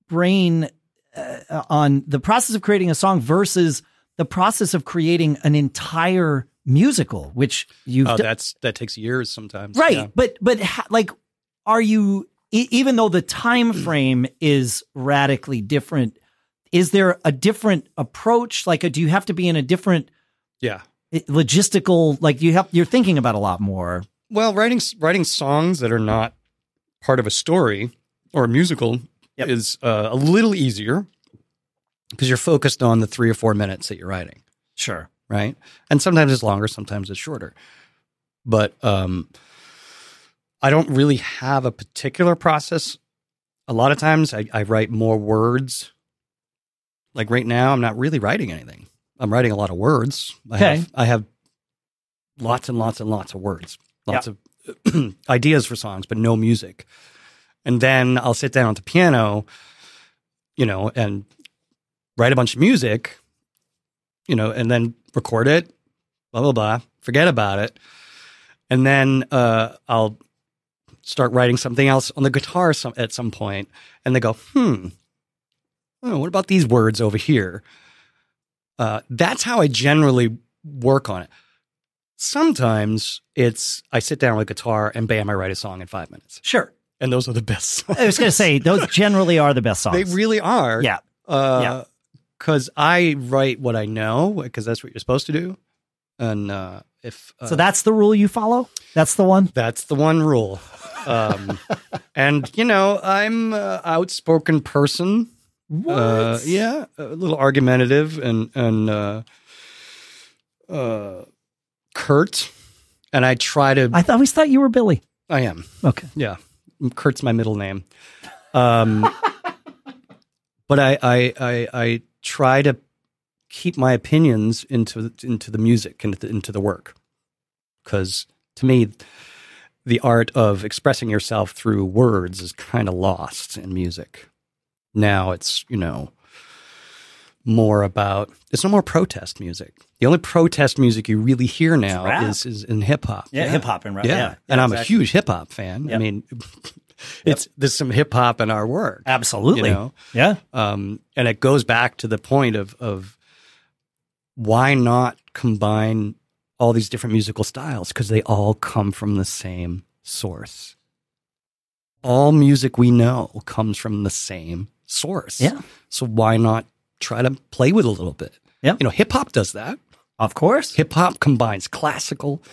A: brain uh, on the process of creating a song versus the process of creating an entire musical, which you've
C: oh
A: done.
C: that's that takes years sometimes
A: right.
C: Yeah.
A: But but ha- like, are you e- even though the time
C: Mm.
A: frame is radically different? Is there a different approach? Like, uh, do you have to be in a different
C: yeah
A: eh, logistical? Like, you have you're thinking about a lot more.
C: Well, writing writing songs that are not part of a story or a musical
A: Yep.
C: is uh, a little easier because you're focused on the three or four minutes that you're writing,
A: Sure.
C: right? And sometimes it's longer, sometimes it's shorter. But um, I don't really have a particular process. A lot of times, I, I write more words. Like right now, I'm not really writing anything. I'm writing a lot of words. I
A: Okay.
C: have, I have lots and lots and lots of (clears throat) words, lots of ideas for songs, but no music. And then I'll sit down at the piano, you know, and write a bunch of music, you know, and then record it, blah, blah, blah, forget about it. And then uh, I'll start writing something else on the guitar some, at some point, and they go, hmm, oh, what about these words over here? Uh, that's how I generally work on it. Sometimes it's I sit down with a guitar and bam, I write a song in five minutes,
A: Sure.
C: and those are the best (laughs) songs.
A: I was going to say
C: (laughs)
A: those generally are the best songs.
C: they really are.
A: Yeah. Yeah.
C: Because Uh, I write what I know, because that's what you're supposed to do. And uh, if uh,
A: So that's the rule you follow. That's the one.
C: That's the one rule.
A: (laughs)
C: Um, and you know, I'm an outspoken person. Uh, yeah, a little argumentative and and uh, uh, curt. And I try to.
A: I th- always thought you were Billy.
C: I am.
A: Okay.
C: Yeah. Kurt's my middle name. Um, (laughs) but I, I, I, I try to keep my opinions into, into the music and into, into the work. Cause to me, the art of expressing yourself through words is kind of lost in music. Now it's, you know, more about, it's no more protest music. The only protest music you really hear
A: rap.
C: now is, is in hip hop.
A: hop and rap.
C: Yeah. and I'm a huge hip hop fan.
A: Yep.
C: I mean, (laughs) it's there's some hip hop in our work,
A: Absolutely.
C: you know.
A: Yeah.
C: Um, and it goes back to the point of of why not combine all these different musical styles because they all come from the same source. All music we know comes from the same source.
A: Yeah.
C: So why not try to play with it a little bit?
A: Yeah.
C: You know, hip hop does that.
A: Of course.
C: Hip hop combines classical,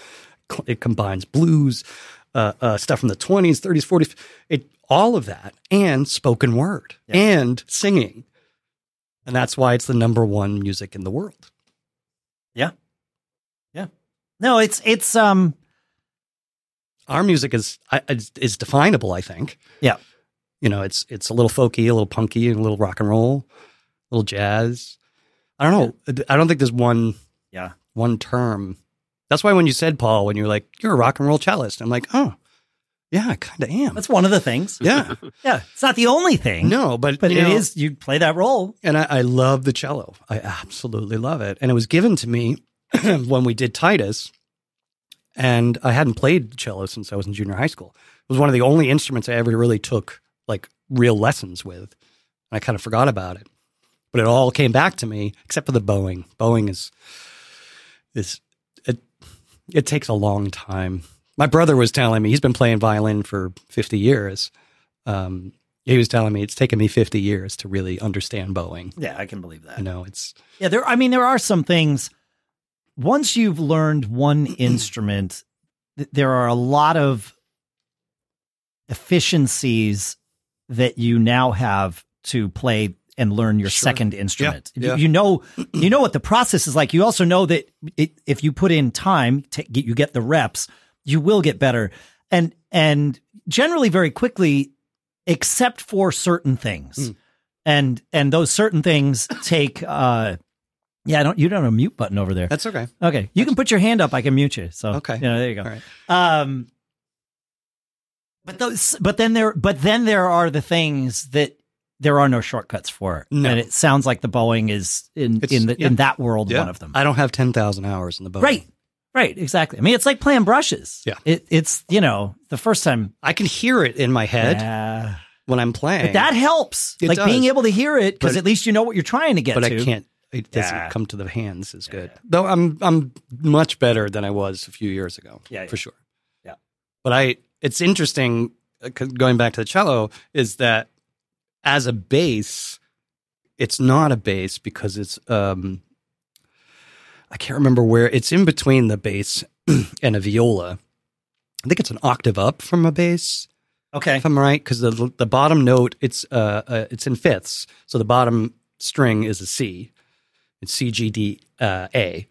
C: cl- it combines blues, uh, uh, stuff from the 20s, 30s, 40s, it, all of that, and spoken word
A: Yeah.
C: and singing. And that's why it's the number one music in the world.
A: No, it's it's um
C: Our music is I- is, is definable, I think.
A: Yeah.
C: you know, it's it's a little folky, a little punky, and a little rock and roll, a little jazz. I don't know. I don't think there's one
A: Yeah.
C: one term. That's why when you said Paul, when you were like, "You're a rock and roll cellist," I'm like, "Oh, yeah, I kind of am."
A: that's one of the things. (laughs)
C: yeah,
A: Yeah. It's not the only thing.
C: no, but
A: But
C: you
A: it
C: know,
A: is you play that role.
C: and I, I love the cello. I absolutely love it, and it was given to me (clears throat) when we did Titus, and I hadn't played cello since I was in junior high school. It was one of the only instruments I ever really took like real lessons with, and I kind of forgot about it. But it all came back to me, except for the bowing. Bowing is is it it takes a long time my brother was telling me he's been playing violin for 50 years. Um, he was telling me it's taken me 50 years to really understand bowing.
A: Yeah, I can believe that.
C: You know, it's
A: Yeah, there. I mean, there are some things. Once you've learned
C: (clears throat)
A: one instrument, th- there are a lot of efficiencies that you now have to play and learn your
C: Sure.
A: second instrument. You-
C: yeah.
A: You
C: (clears throat)
A: know, you know what the process is like. You also know that it, if you put in time, t- get, you get the reps, you will get better, and and generally very quickly, except for certain things
C: Mm.
A: and and those certain things take uh yeah, I don't you don't have a mute button over there.
C: that's okay.
A: Okay. You can put your hand up, I can mute you. So
C: Okay.
A: You know, there you go.
C: All right.
A: Um But those but then there but then there are the things that there are no shortcuts for.
C: No.
A: And it sounds like the Boeing is in
C: It's-
A: in the,
C: yeah.
A: in that world
C: Yeah.
A: one of them.
C: I don't have 10,000 hours in the bow.
A: right. Right, exactly. I mean, it's like playing brushes.
C: Yeah.
A: It, it's, you know, the first time.
C: I can hear it in my head
A: Yeah.
C: when I'm playing.
A: But that helps.
C: It
A: like
C: does.
A: being able to hear it because
C: But-
A: at least you know what you're trying to get
C: but
A: to.
C: I can't. It doesn't
A: Yeah.
C: come to the hands as good. Though I'm I'm much better than I was a few years ago.
A: Yeah, yeah.
C: for sure.
A: Yeah.
C: but I it's interesting. uh, c- Going back to the cello is that as a bass, it's not a bass because it's um I can't remember where it's in between the bass (clears throat) and a viola. I think it's an octave up from a bass
A: Okay.
C: if I'm right, because the the bottom note it's uh, uh it's in fifths, so the bottom string is a C. It's C G D uh, A,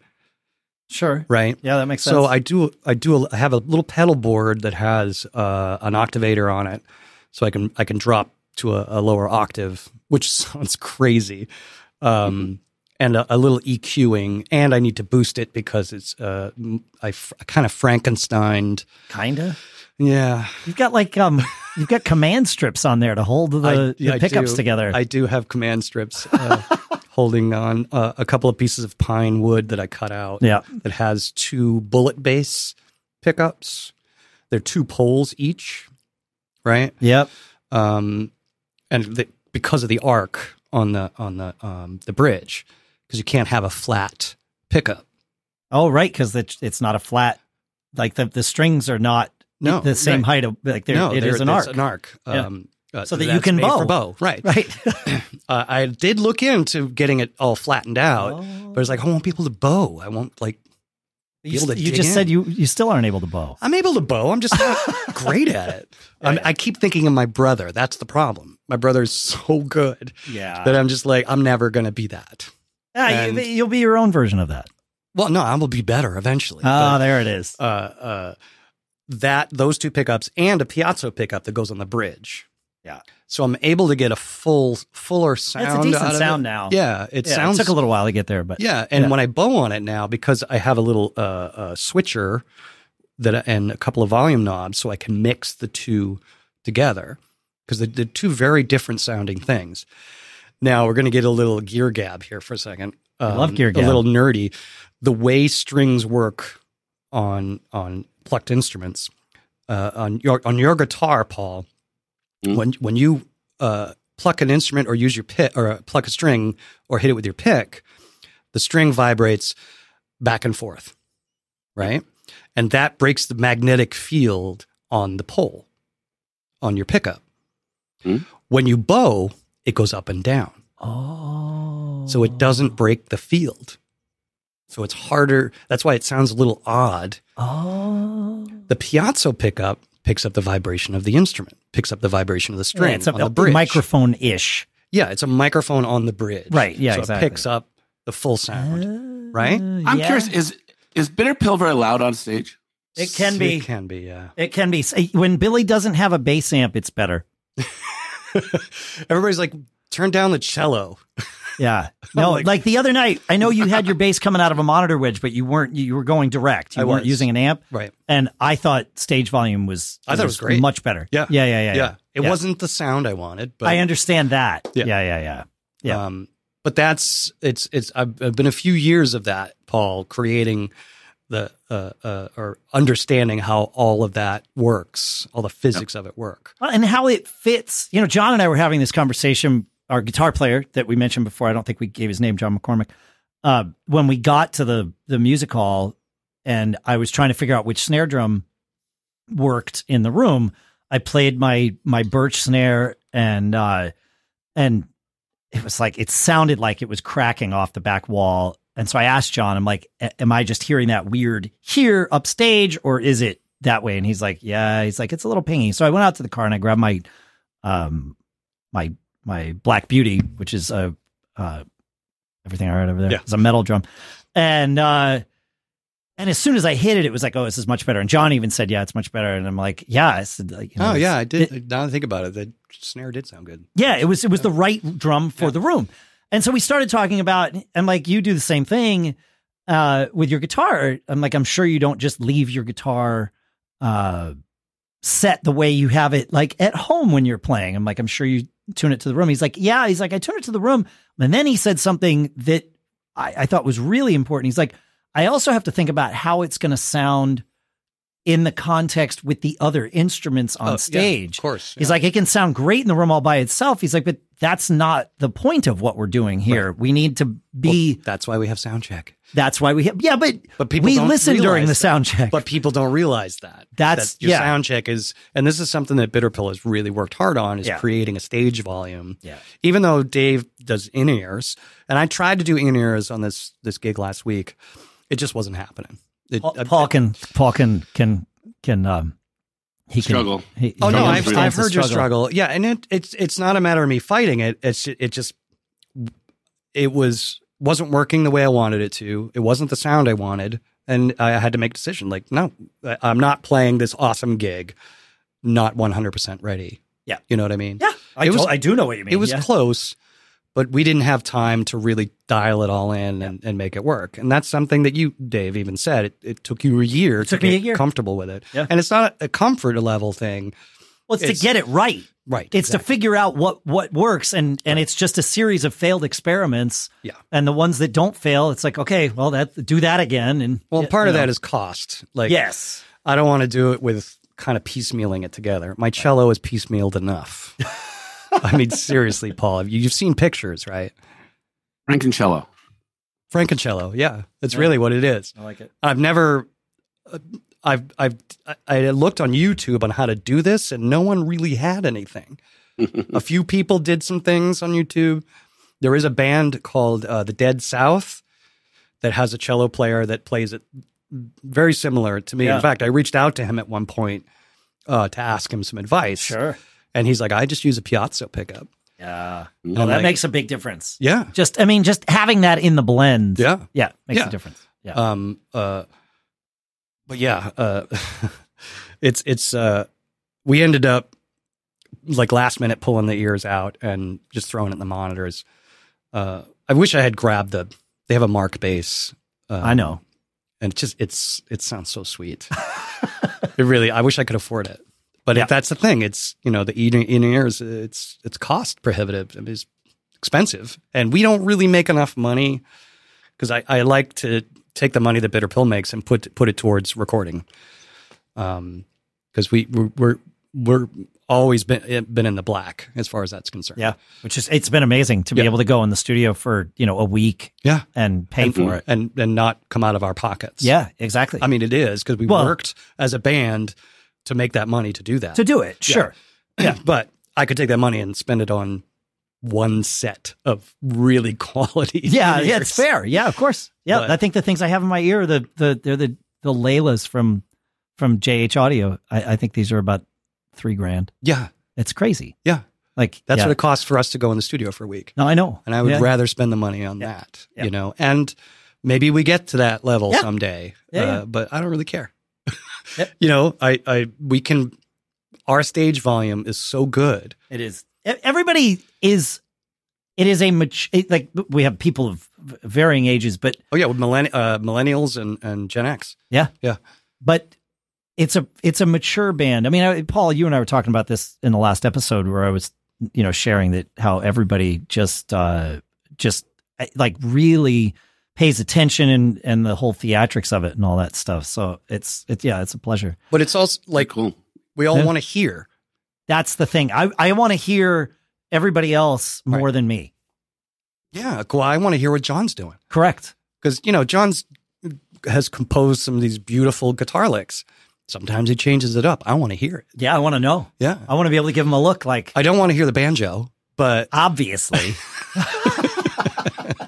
A: Sure.
C: right?
A: Yeah, that makes sense.
C: So I do I do I have a little pedal board that has uh, an octavator on it, so I can I can drop to a, a lower octave, which (laughs) sounds crazy,
A: Mm-hmm.
C: um, and a, a little EQing, and I need to boost it because it's uh, m- I, fr- I kind of Frankensteined,
A: kinda.
C: yeah.
A: You've got like um, you've got command strips on there to hold the,
C: I- yeah, I
A: the pickups
C: do.
A: together.
C: I do have command strips uh, (laughs) holding on uh, a couple of pieces of pine wood that I cut out
A: yeah.
C: that has two bullet bass pickups. They're two poles each, right?
A: Yep.
C: Um, and the, because of the arc on the on the um, the bridge, because you can't have a flat pickup.
A: Oh, right, because it's not a flat. Like the the strings are not
C: No,
A: the same
C: right.
A: height. Of, like they're,
C: no,
A: it
C: there-
A: is an
C: there's
A: arc.
C: An arc.
A: Yeah.
C: Um, uh,
A: So that you
C: that's
A: can
C: made for
A: bow.
C: bow, right? (laughs)
A: Right.
C: Uh, I did look into getting it all flattened out. But it's like I want people to bow. I want like
A: Oh. you,
C: able to
A: you
C: dig
A: just
C: in.
A: said you you still aren't able to
C: (laughs)
A: bow.
C: I'm able to bow. I'm
A: (laughs)
C: just not great at it. I'm, I keep thinking of my brother. That's the problem. My brother's (laughs) so good
A: Yeah.
C: that I'm just like I'm never gonna be that.
A: Ah, you,
C: and-
A: will be your own version of that.
C: Well, no, I will be better eventually.
A: Ah,
C: but,
A: there it is.
C: uh, uh, that those two pickups and a Piazzo pickup that goes on the bridge.
A: Yeah.
C: So I'm able to get a full fuller sound.
A: It's a decent
C: out of
A: sound
C: it.
A: now.
C: Yeah, it
A: Yeah,
C: sounds
A: it took a little while to get there, but
C: Yeah, and
A: Yeah.
C: when I bow on it now, because I have a little uh, uh, switcher that and a couple of volume knobs, so I can mix the two together because they're, they're two very different sounding things. Now we're going to get a little gear gab here for a second. Um,
A: love gear gab.
C: A little nerdy. The way strings work on on plucked instruments uh, on your on your guitar, Paul.
B: Mm.
C: When when you uh, pluck an instrument or use your pick or uh, pluck a string or hit it with your pick, the string vibrates back and forth, right? And that breaks the magnetic field on the pole, on your pickup.
B: Mm.
C: When you bow, it goes up and down.
A: oh,
C: So it doesn't break the field. So it's harder. That's why it sounds a little odd.
A: Oh,
C: The piazzo pickup picks up the vibration of the instrument, picks up the vibration of the string
A: Yeah, it's a,
C: on the bridge.
A: microphone ish.
C: Yeah, it's a microphone on the bridge.
A: Right, yeah,
C: so
A: exactly. Uh,
C: it picks up the full sound. right?
B: I'm curious is is bitter pilver allowed on stage?
A: It can be.
C: It can be. Yeah.
A: It can be when Billy doesn't have a bass amp, it's better.
C: Everybody's like, turn down the cello.
B: (laughs)
A: Yeah. No,
C: Like-
A: like the other night, I know you had your bass coming out of a monitor wedge, but you weren't. You were going direct. You
C: I
A: weren't
C: was.
A: using an amp,
C: Right.
A: and I thought stage volume was.
C: I thought it was great.
A: Much better.
C: Yeah.
A: Yeah. Yeah. Yeah.
C: Yeah.
A: yeah.
C: It wasn't the sound I wanted, but
A: I understand that. Yeah.
C: Yeah.
A: Yeah. Yeah. Yeah. Yeah.
C: Um, but that's it's it's I've, I've been a few years of that, Paul, creating the uh, uh, or understanding how all of that works, all the physics of it work.
A: Well, and how it fits. You know, John and I were having this conversation. Our guitar player that we mentioned before, I don't think we gave his name, John McCormick. Uh, when we got to the the music hall, and I was trying to figure out which snare drum worked in the room. I played my my birch snare and uh and it was like it sounded like it was cracking off the back wall. And so I asked John, I'm like, "A- am I just hearing that weird here upstage or is it that way? And he's like, yeah, he's like, it's a little pingy. So I went out to the car and I grabbed my um my my Black Beauty, which is a uh everything I heard over there.
C: Yeah.
A: It's a metal drum. And uh and as soon as I hit it, it was like, oh, this is much better. And John even said, yeah, it's much better. And I'm like, yeah, I said, like, you know,
C: oh
A: it's-
C: yeah, I did.
A: it-
C: now that I think about it, the snare did sound good.
A: yeah, it was it was the right drum for the room. And so we started talking about and like you do the same thing uh with your guitar. I'm like I'm sure you don't just leave your guitar uh set the way you have it like at home when you're playing. I'm like I'm sure you tune it to the room. He's like, "Yeah." He's like, "I tune it to the room." And then he said something that I, I thought was really important. He's like, "I also have to think about how it's going to sound in the context with the other instruments on
C: Oh, yeah,
A: stage."
C: of course.
A: He's
C: yeah.
A: like, it can sound great in the room all by itself. He's like, but that's not the point of what we're doing here. We need to be.
C: Well, that's why we have sound check.
A: that's why we have. Yeah, but
C: But people
A: we
C: don't
A: listen during the
C: realize
A: sound check.
C: But people don't realize that.
A: That's-
C: your
A: yeah.
C: sound check is, and this is something that Bitter Pill has really worked hard on is
A: Yeah.
C: creating a stage volume.
A: Yeah.
C: Even though Dave does in ears, and I tried to do in ears on this this gig last week, it just wasn't happening. It, uh,
A: Paul,
C: I-
A: Paul can Paul can can can um he can
B: Struggle.
A: He,
C: oh no,
A: he
C: I've,
A: understands
C: I've
A: the
C: heard your struggle. Yeah, and it, it's it's not a matter of me fighting it. It's ju- it just it was wasn't working the way I wanted it to. It wasn't the sound I wanted, and I had to make a decision. Like, no, I- I'm not playing this awesome gig, not 100 percent ready.
A: Yeah.
C: you know what I mean.
A: Yeah, I,
C: It was-
A: do, I do know what you mean.
C: it was
A: yeah.
C: close, but we didn't have time to really dial it all in and, and make it work. And that's something that you, Dave, even said. It, it took you a year
A: took
C: to
A: me a
C: get
A: year.
C: comfortable with it.
A: Yeah.
C: And it's not a comfort level thing.
A: Well, it's,
C: it's-
A: to get it right.
C: Right.
A: It's to figure out what what works, and and it's just a series of failed experiments.
C: Yeah.
A: and the ones that don't fail, it's like okay, well that do that again. And
C: Well,
A: you
C: part of
A: know.
C: that is cost. Like,
A: yes,
C: I don't want to do it with kind of piecemealing it together. My cello is
A: (laughs)
C: piecemealed enough. I mean, seriously, Paul, you- you've seen pictures, right?
B: Frankencello.
C: Frankencello, yeah, that's
A: Yeah.
C: really what it is.
A: I like it.
C: I've never, uh, I've, I've, I- I looked on YouTube on how to do this, and no one really had
A: (laughs)
C: anything. a few people did some things on YouTube. There is a band called uh, the Dead South that has a cello player that plays it very similar to me.
A: Yeah.
C: In fact, I reached out to him at one point uh, to ask him some advice,
A: Sure.
C: and he's like, "I just use a Piazza pickup."
A: Yeah.
B: Mm.
A: No, that
C: Mm-hmm. Like-
A: makes a big difference.
C: Yeah,
A: Just, I mean, just having that in the blend.
C: yeah.
A: Yeah. Makes a
C: Yeah.
A: difference. Yeah.
C: Um. Uh. But yeah. Uh. (laughs) it's it's uh. We ended up like last minute pulling the ears out and just throwing it in the monitors. Uh. I wish I had grabbed the. They have a Mark bass. Uh,
A: I know.
C: and it's just it's it sounds so sweet. it really. I wish I could afford it. But
A: Yeah.
C: if that's the thing, it's you know the in in ears. It's it's cost prohibitive. I mean, it's expensive, and we don't really make enough money because I, I like to take the money that Bitter Pill makes and put put it towards recording. Um, because we we're, we're we're always been been in the black as far as that's concerned.
A: Yeah. Which is, it's been amazing to be
C: Yeah.
A: able to go in the studio for, you know, a week
C: yeah,
A: and pay
C: and
A: for it.
C: and and not come out of our pockets.
A: Mm-hmm. Yeah. Exactly.
C: I mean it is because we
A: Well-
C: worked as a band to make that money to do that.
A: to do it. Sure.
C: yeah, (clears throat) but I could take that money and spend it on one set of really (laughs) quality.
A: Yeah. Yeah.
C: ears.
A: It's fair. Yeah. Of course. Yeah.
C: But-
A: I think the things I have in my ear, are the, the, they're the, the Laylas from, from JH Audio. I, I think these are about three grand.
C: Yeah,
A: It's crazy.
C: Yeah.
A: Like,
C: that's
A: yeah.
C: what it costs for us to go in the studio for a week.
A: no, I know.
C: and I would
A: Yeah.
C: rather spend the money on
A: Yeah.
C: that,
A: Yeah.
C: you know. And maybe we get to that level
A: Yeah.
C: someday,
A: Yeah,
C: uh,
A: yeah.
C: but I don't really care. (laughs)
A: Yeah.
C: You know, I, I, we can. Our stage volume is so good.
A: It is. E- Everybody is. It is a mat- it- like we have people of varying ages, but
C: Oh yeah, with millenni- uh, millennials and and Gen X.
A: but it's a it's a mature band. I mean, I, Paul, you and I were talking about this in the last episode where I was, you know, sharing that how everybody just uh just I- like really pays attention and and the whole theatrics of it and all that stuff. So it's it's yeah, it's a pleasure.
C: But it's also like
B: cool.
C: we all
A: Yeah.
C: want to hear.
A: That's the thing. I I want to hear everybody else more than me.
C: Yeah, cool. I want to hear what John's doing
A: Correct.
C: because you know John's has composed some of these beautiful guitar licks, Sometimes he changes it up. I want to hear it.
A: Yeah, I want to know.
C: Yeah.
A: I want to be able to give him a look like,
C: I don't want to hear the banjo, but
A: obviously. (laughs)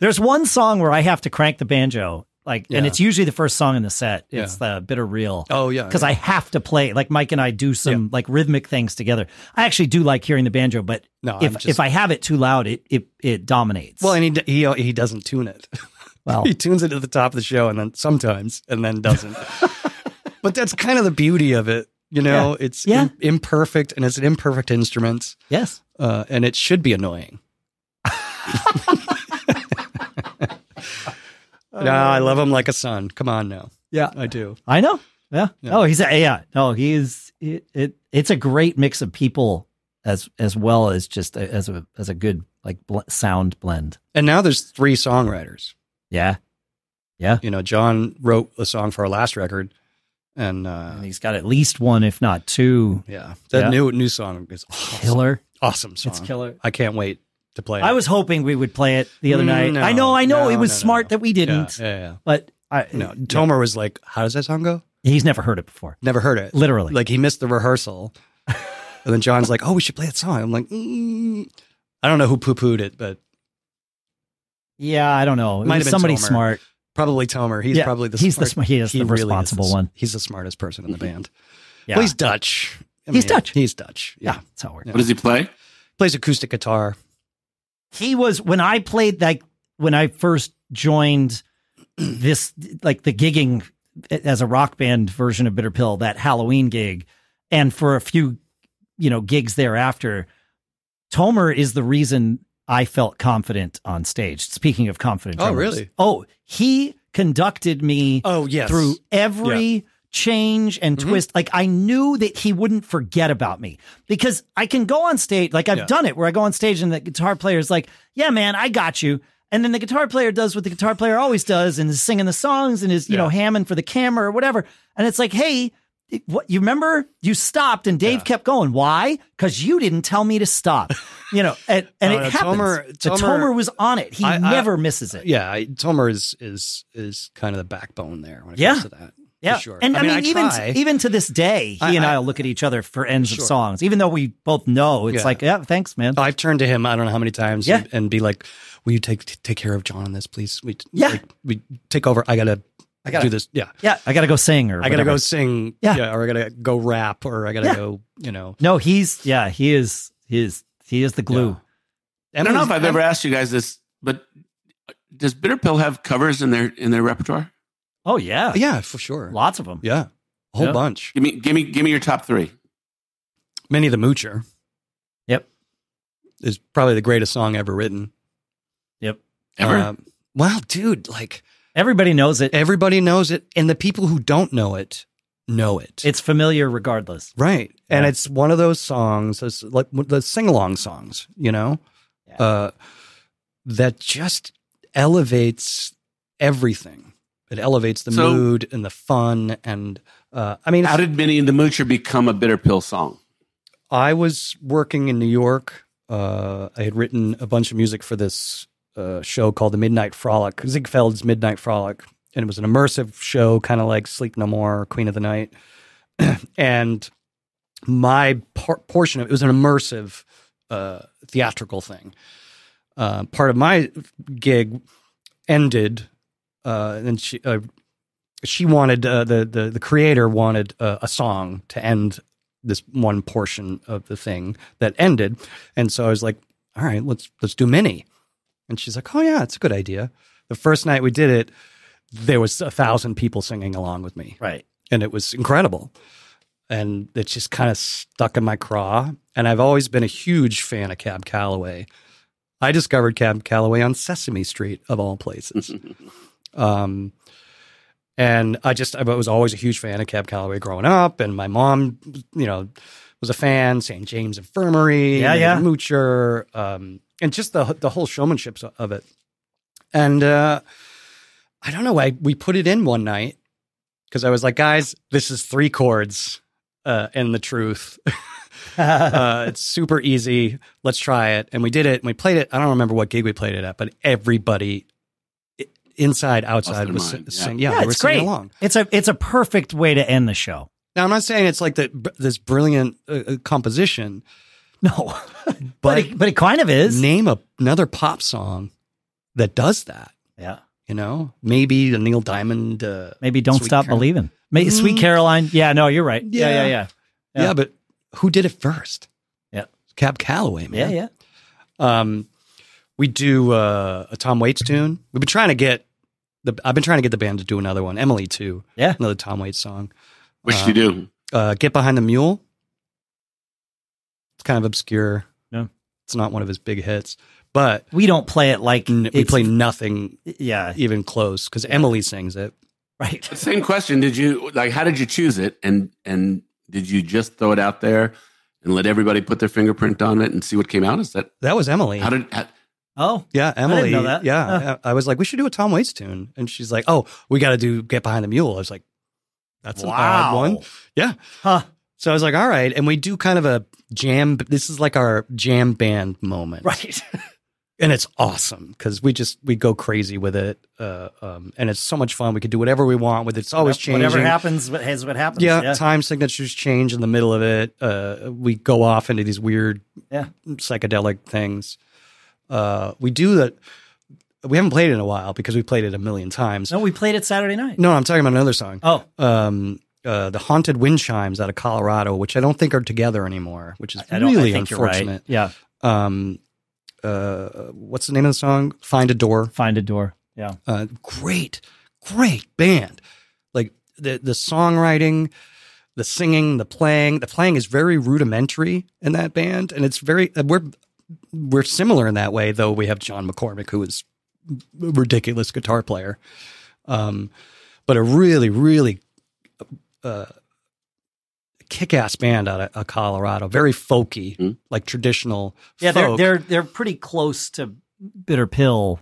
A: There's one song where I have to crank the banjo, like, and
C: Yeah.
A: it's usually the first song in the set. It's the bitter reel.
C: oh yeah.
A: because I have to play. Like Mike and I do some like rhythmic things together. I actually do like hearing the banjo, but
C: no,
A: if
C: Oh, I'm just,
A: if I have it too loud, it it it dominates.
C: well, and he, he he doesn't tune it.
A: well,
C: (laughs) he tunes it at the top of the show and then sometimes and
A: (laughs)
C: then doesn't. but that's kind of the beauty of it. You know, it's
A: Yeah.
C: im- imperfect and it's an imperfect instrument
A: yes,
C: uh, and it should
A: (laughs)
C: be annoying. no, I love
A: Um,
C: him like a son. Come on now.
A: Yeah.
C: I do.
A: I know. Yeah.
C: Yeah.
A: Oh, he's a, yeah. No, he is. It, it it's a great mix of people as as well as just a, as a as a good like bl- sound blend.
C: And now there's three songwriters.
A: Yeah,
C: You know, John wrote a song for our last record and uh,
A: and he's got at least one, if not two,
C: yeah, that
A: Yeah.
C: new new song is awesome,
A: killer.
C: awesome song.
A: It's killer.
C: I can't wait to play it.
A: I was hoping we would play it the other
C: Mm,
A: night.
C: no.
A: I know, I know,
C: No,
A: it was
C: no, no,
A: smart
C: no.
A: that we didn't,
C: Yeah, yeah, yeah.
A: but I
C: No, Tomer was like, "How does that song go?"
A: he's never heard it before.
C: Never heard it.
A: Literally,
C: Like he missed
A: (laughs)
C: the rehearsal, and then John's like, "Oh, we should play that song." I'm like, mm. "I don't know who poo pooed it, but
A: Yeah, I don't know. It
C: Might
A: was
C: have been
A: somebody
C: Tomer.
A: smart.
C: probably Tomer. He's
A: Yeah,
C: probably the
A: he's the
C: smart-
A: smart. He is the
C: really
A: responsible
C: the s-
A: one.
C: He's the smartest person in the band.
A: Yeah,
C: Well, he's Dutch. I
A: He's Dutch.
C: He's Dutch.
A: yeah,
C: Yeah.
A: that's how it works.
C: Yeah.
B: What does he play?
C: plays acoustic guitar.
A: He was when I played like when I first
C: (clears throat)
A: joined this like the gigging as a rock band version of Bitter Pill that Halloween gig, and for a few you know gigs thereafter, Tomer is the reason I felt confident on stage. Speaking of confident,
C: Oh,
A: drummers.
C: really?
A: Oh, he conducted me.
C: Oh yes,
A: through every change and
C: Mhm.
A: twist. Like I knew that he wouldn't forget about me because I can go on stage. Like I've
C: Yeah.
A: done it where I go on stage and the guitar player is like, yeah, man, I got you. And then the guitar player does what the guitar player always does and is singing the songs and is, you
C: Yeah.
A: know, hamming for the camera or whatever. And it's like, hey, it- what you remember you stopped and Dave
C: Yeah.
A: kept going. Why? Because you didn't tell me to stop. You know, and, and
C: No,
A: it
C: no,
A: happens.
C: Uh, Tomer-
A: The
C: Tomer-
A: Tomer was on it. He
C: I- I-
A: never misses it.
C: Yeah, I, Tomer is is is kind of the backbone there when it
A: Yeah.
C: comes to that.
A: Yeah,
C: for sure.
A: and I mean, even
C: try.
A: even to this day, he
C: I-
A: and
C: I-
A: I will look at each other for ends
C: Sure.
A: of songs, even though we both know it's
C: Yeah. Uh,
A: like, yeah, thanks, man.
C: I've turned to him. I don't know how many times.
A: Yeah.
C: And, and be like, "Will you take take care of John on this, please? We
A: Yeah.
C: like, we take over. I gotta,
A: I gotta-
C: do this. Yeah,
A: yeah, I gotta go sing or
C: I gotta
A: whatever.
C: go sing.
A: Yeah.
C: or I gotta go rap, or I gotta
A: Yeah.
C: go. You know,
A: No, he's yeah, he is he is he is the glue.
B: I don't know if
C: Emily's-
B: I've ever asked you guys this, but uh, does Bitter Pill have covers in their in their repertoire?
A: Oh yeah,
C: Yeah, for sure.
A: lots of them.
C: Yeah, a whole
A: Yeah.
C: bunch.
B: Give me give me give me your top three.
C: Minnie the Moocher.
A: Yep.
C: is probably the greatest song ever written.
A: Yep,
B: Ever?
C: Um, wow, dude! Like
A: everybody knows it.
C: everybody knows it, and the people who don't know it know it.
A: It's familiar regardless.
C: Right. And
A: Yeah.
C: it's one of those songs, it's like the sing along songs, you know,
A: Yeah.
C: uh, that just elevates everything. It elevates the
B: So-
C: mood and the fun. And uh, I mean,
B: How did Minnie and the Moocher become a Bitter Pill song?
C: I was working in New York. Uh, I had written a bunch of music for this uh, show called The Midnight Frolic, Ziegfeld's Midnight Frolic. And it was an immersive show, kind of like Sleep No More, Queen of the Night. and my por- portion of it was an immersive uh, theatrical thing. Uh, part of my gig ended, uh, and she uh, she wanted uh, the the the creator wanted uh, a song to end this one portion of the thing that ended, and so I was like, "All right, let's let's do mini," and she's like, "Oh yeah, it's a good idea." The first night we did it, there was a thousand people singing along with me (laughs)
A: Right.
C: and it was incredible. And it just kind of stuck in my craw. And I've always been a huge fan of Cab Calloway. I discovered Cab Calloway on Sesame Street, of
A: (laughs)
C: all places. um, and I just, I was always a huge fan of Cab Calloway growing up. And my mom, you know, was a fan, St. James Infirmary,
A: Yeah, yeah.
C: Moocher, um, and just the, the whole showmanship of it. And uh, I don't know, I, we put it in one night because I was like, guys, this is three chords uh, and the truth. uh, it's super easy. Let's try it. And we did it and we played it. I don't remember what gig we played it at, but everybody i- inside, outside
B: their
C: was
B: mind, yeah.
C: sing. Yeah,
A: Yeah,
C: we were
A: it's great.
C: singing along.
A: It's a it's a perfect way to end the show.
C: Now I'm not saying it's like the, br- this brilliant uh, uh, composition,
A: No, (laughs) but
C: but
A: it, but it kind of is.
C: name a, another pop song that does that.
A: yeah,
C: You know, maybe the Neil Diamond. Uh,
A: maybe don't
C: Sweet
A: stop
C: Caroline.
A: believing. Maybe Sweet
C: Mm.
A: Caroline. Yeah, no, you're right. Yeah, yeah,
C: Yeah.
A: yeah, Yeah.
C: yeah. but who did it first?
A: Yeah.
C: Cab Calloway,
A: yeah,
C: man.
A: yeah.
C: Um, we do uh, a Tom Waits tune. We've been trying to get the. I've been trying to get the band to do another one. Emily too.
A: Yeah.
C: another Tom Waits song.
B: Which
C: Uh,
B: you do.
C: Uh, Get behind the mule. It's kind of obscure.
A: Yeah.
C: it's not one of his big hits, but
A: We don't play it like
C: n- we
A: it's-
C: play nothing (laughs)
A: Yeah,
C: even close because Emily sings it.
A: right.
B: Same question. Did you like? How did you choose it? And and did you just throw it out there and let everybody put their fingerprint on it and see what came out? Is that
C: That was Emily.
B: how did? How,
A: Oh,
C: yeah,
A: didn't
C: Emily.
A: know that.
C: Yeah,
A: Huh.
C: I I was like, we should do a Tom Waits tune, and she's like, oh, we got to do Get Behind the Mule. I was like, that's an odd one. Yeah.
A: Huh. (laughs)
C: So I was like, all right. And we do kind of a jam. This is like our jam band moment.
A: Right.
C: And it's awesome because we just, we go crazy with it. Uh, um, and it's so much fun. We can do whatever we want with it. It's always changing.
A: (laughs) Whatever happens, what has what happens.
C: yeah, Time signatures change in the middle of it. Uh, we go off into these weird
A: Yeah.
C: psychedelic things. Uh, we do that. We haven't played it in a while because we played it a million times.
A: No, we played it Saturday night.
C: No, I'm talking about another song
A: Oh,
C: um, uh, the haunted wind chimes out of Colorado, which I don't think are together anymore, which is
A: I don't
C: really
A: I think you're right.
C: unfortunate.
A: Yeah,
C: Um, uh, what's the name of the song? Find a Door.
A: find a door. Yeah,
C: Uh, great, great band. Like the the songwriting, the singing, the playing. The playing is very rudimentary in that band, and it's very uh, we're we're similar in that way. Though we have John McCormick, who is a ridiculous guitar player, um, but a really really uh, kick ass band out of, of Colorado. Very folky,
B: Mhm.
C: like traditional.
A: yeah. They're
C: folk.
A: they're they're pretty close to bitter pill.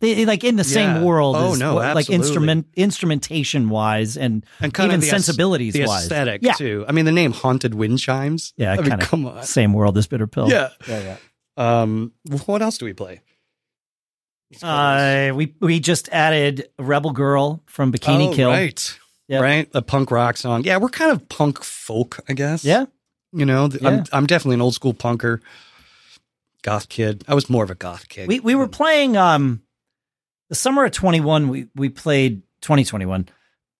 A: They, they, like in the same
C: Yeah.
A: world.
C: Oh,
A: as
C: no,
A: what- like
C: absolutely.
A: instrument instrumentation wise and
C: and kind
A: even
C: of the aes-
A: sensibilities
C: the
A: wise.
C: aesthetic
A: Yeah.
C: too. I mean, the name haunted wind chimes.
A: Yeah,
C: I mean,
A: kinda.
C: come on.
A: Same world as bitter pill.
C: Yeah.
A: yeah,
C: Um, what else do we play?
A: Uh, we we just added Rebel Girl from Bikini
C: Oh,
A: Kill.
C: right?
A: Yep.
C: Right, a punk rock song. Yeah, we're kind of punk folk, I guess.
A: Yeah,
C: you know, th-
A: Yeah.
C: I'm I'm definitely an old school punker, goth kid. I was more of a goth kid.
A: we we were playing um the summer of 21 we we played 2021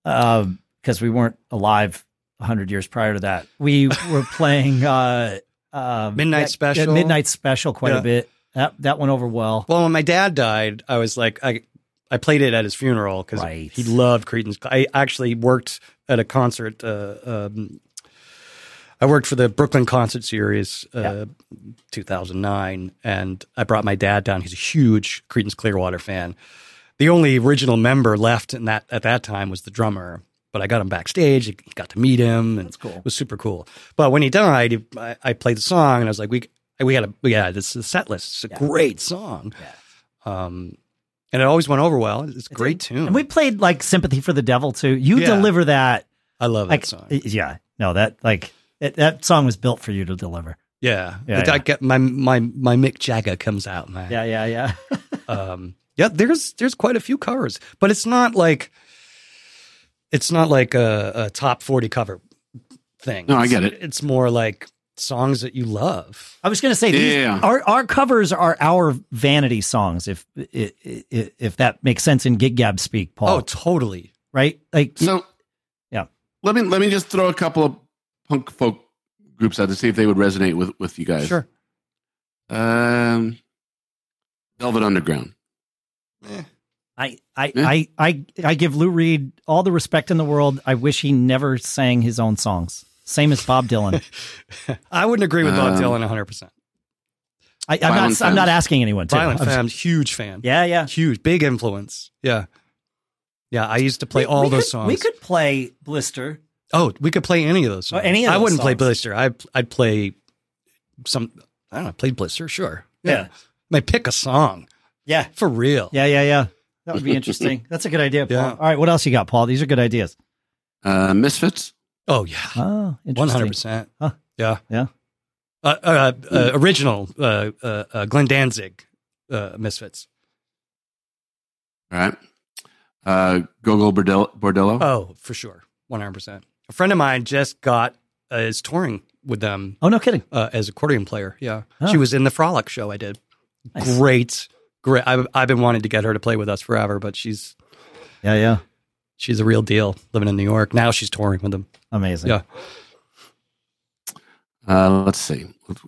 A: um because we weren't alive 100 years prior to that we
C: (laughs)
A: were playing uh um,
C: Midnight
A: that-
C: Special.
A: that midnight special quite
C: Yeah.
A: a bit that that went over well
C: Well, when my dad died, I was like, I I played it at his funeral because
A: Right.
C: he loved Creedence. I actually worked at a concert. Uh, um, I worked for the Brooklyn Concert Series, uh, 2009, and I brought my dad down. He's a huge Creedence Clearwater fan. The only original member left in that at that time was the drummer, but I got him backstage. He got to meet him, and
A: that's cool
C: it was super cool. But when he died, he- I, I played the song and I was like, we we had a we had this is a set list. It's a
A: Yeah.
C: great song.
A: Yeah.
C: Um, and it always went over well. It's a great tune.
A: and we played like sympathy for the devil too you
C: Yeah.
A: deliver that
C: I love
A: like
C: that song.
A: yeah no that like it, that song was built for you to deliver
C: yeah,
A: Yeah,
C: Like,
A: yeah.
C: I get my my my Mick Jagger comes out, man.
A: yeah yeah yeah
C: Um, yeah, there's there's quite a few covers, but it's not like it's not like a, a top forty cover thing.
B: No, I
C: It's-
B: get it.
C: It's more like songs that you love.
A: I was going to say these,
B: Yeah.
A: our our covers are our vanity songs if if, if that makes sense in gig gab speak Paul
C: Oh, totally.
A: right like
B: so
A: Yeah.
B: Let me let me just throw a couple of punk folk groups out to see if they would resonate with with you guys.
C: Sure.
B: Um, Velvet Underground.
A: I I,
B: Yeah.
A: I I I give Lou Reed all the respect in the world I wish he never sang his own songs same as Bob
B: (laughs)
A: Dylan
C: I wouldn't agree with Bob
B: Um,
C: Dylan 100. percent
A: I, I'm not
B: Violent
A: I'm not
B: Femmes.
A: asking anyone to
C: Violent
A: I'm-
C: Femmes, huge fan.
A: yeah yeah
C: Huge, big influence. Yeah, yeah. I used to play all
A: we
C: those
A: could,
C: songs.
A: we could play Blister
C: Oh, we could play any of those.
A: Oh,
C: Songs.
A: any of
C: I
A: those
C: wouldn't play
A: songs.
C: Blister. I I'd play some. I don't know. Played Blister, sure.
A: Yeah.
C: May pick a song
A: yeah
C: for real.
A: yeah yeah yeah that
B: (laughs)
A: would be interesting that's a good idea Paul
C: Yeah.
A: all right what else you got Paul these are good ideas
B: Uh, Misfits.
C: Oh yeah.
A: oh
C: One hundred
A: interesting
C: percent.
A: Huh.
C: Yeah.
A: Yeah.
C: Uh, uh, uh, original uh, uh, uh, Glenn Danzig uh, Misfits.
B: All right. Uh, Gogol Bordello. Bordello.
C: Oh, for sure, one hundred percent. A friend of mine just got uh, is touring with them
A: Oh, no kidding.
C: uh, as accordion player. Yeah,
A: Oh.
C: she was in the Frolic show I did.
A: Nice.
C: Great, great. I've, I've been wanting to get her to play with us forever, but she's
A: Yeah, yeah.
C: she's a real deal. Living in New York now, she's touring with them.
A: Amazing.
C: Yeah.
B: Uh, let's see.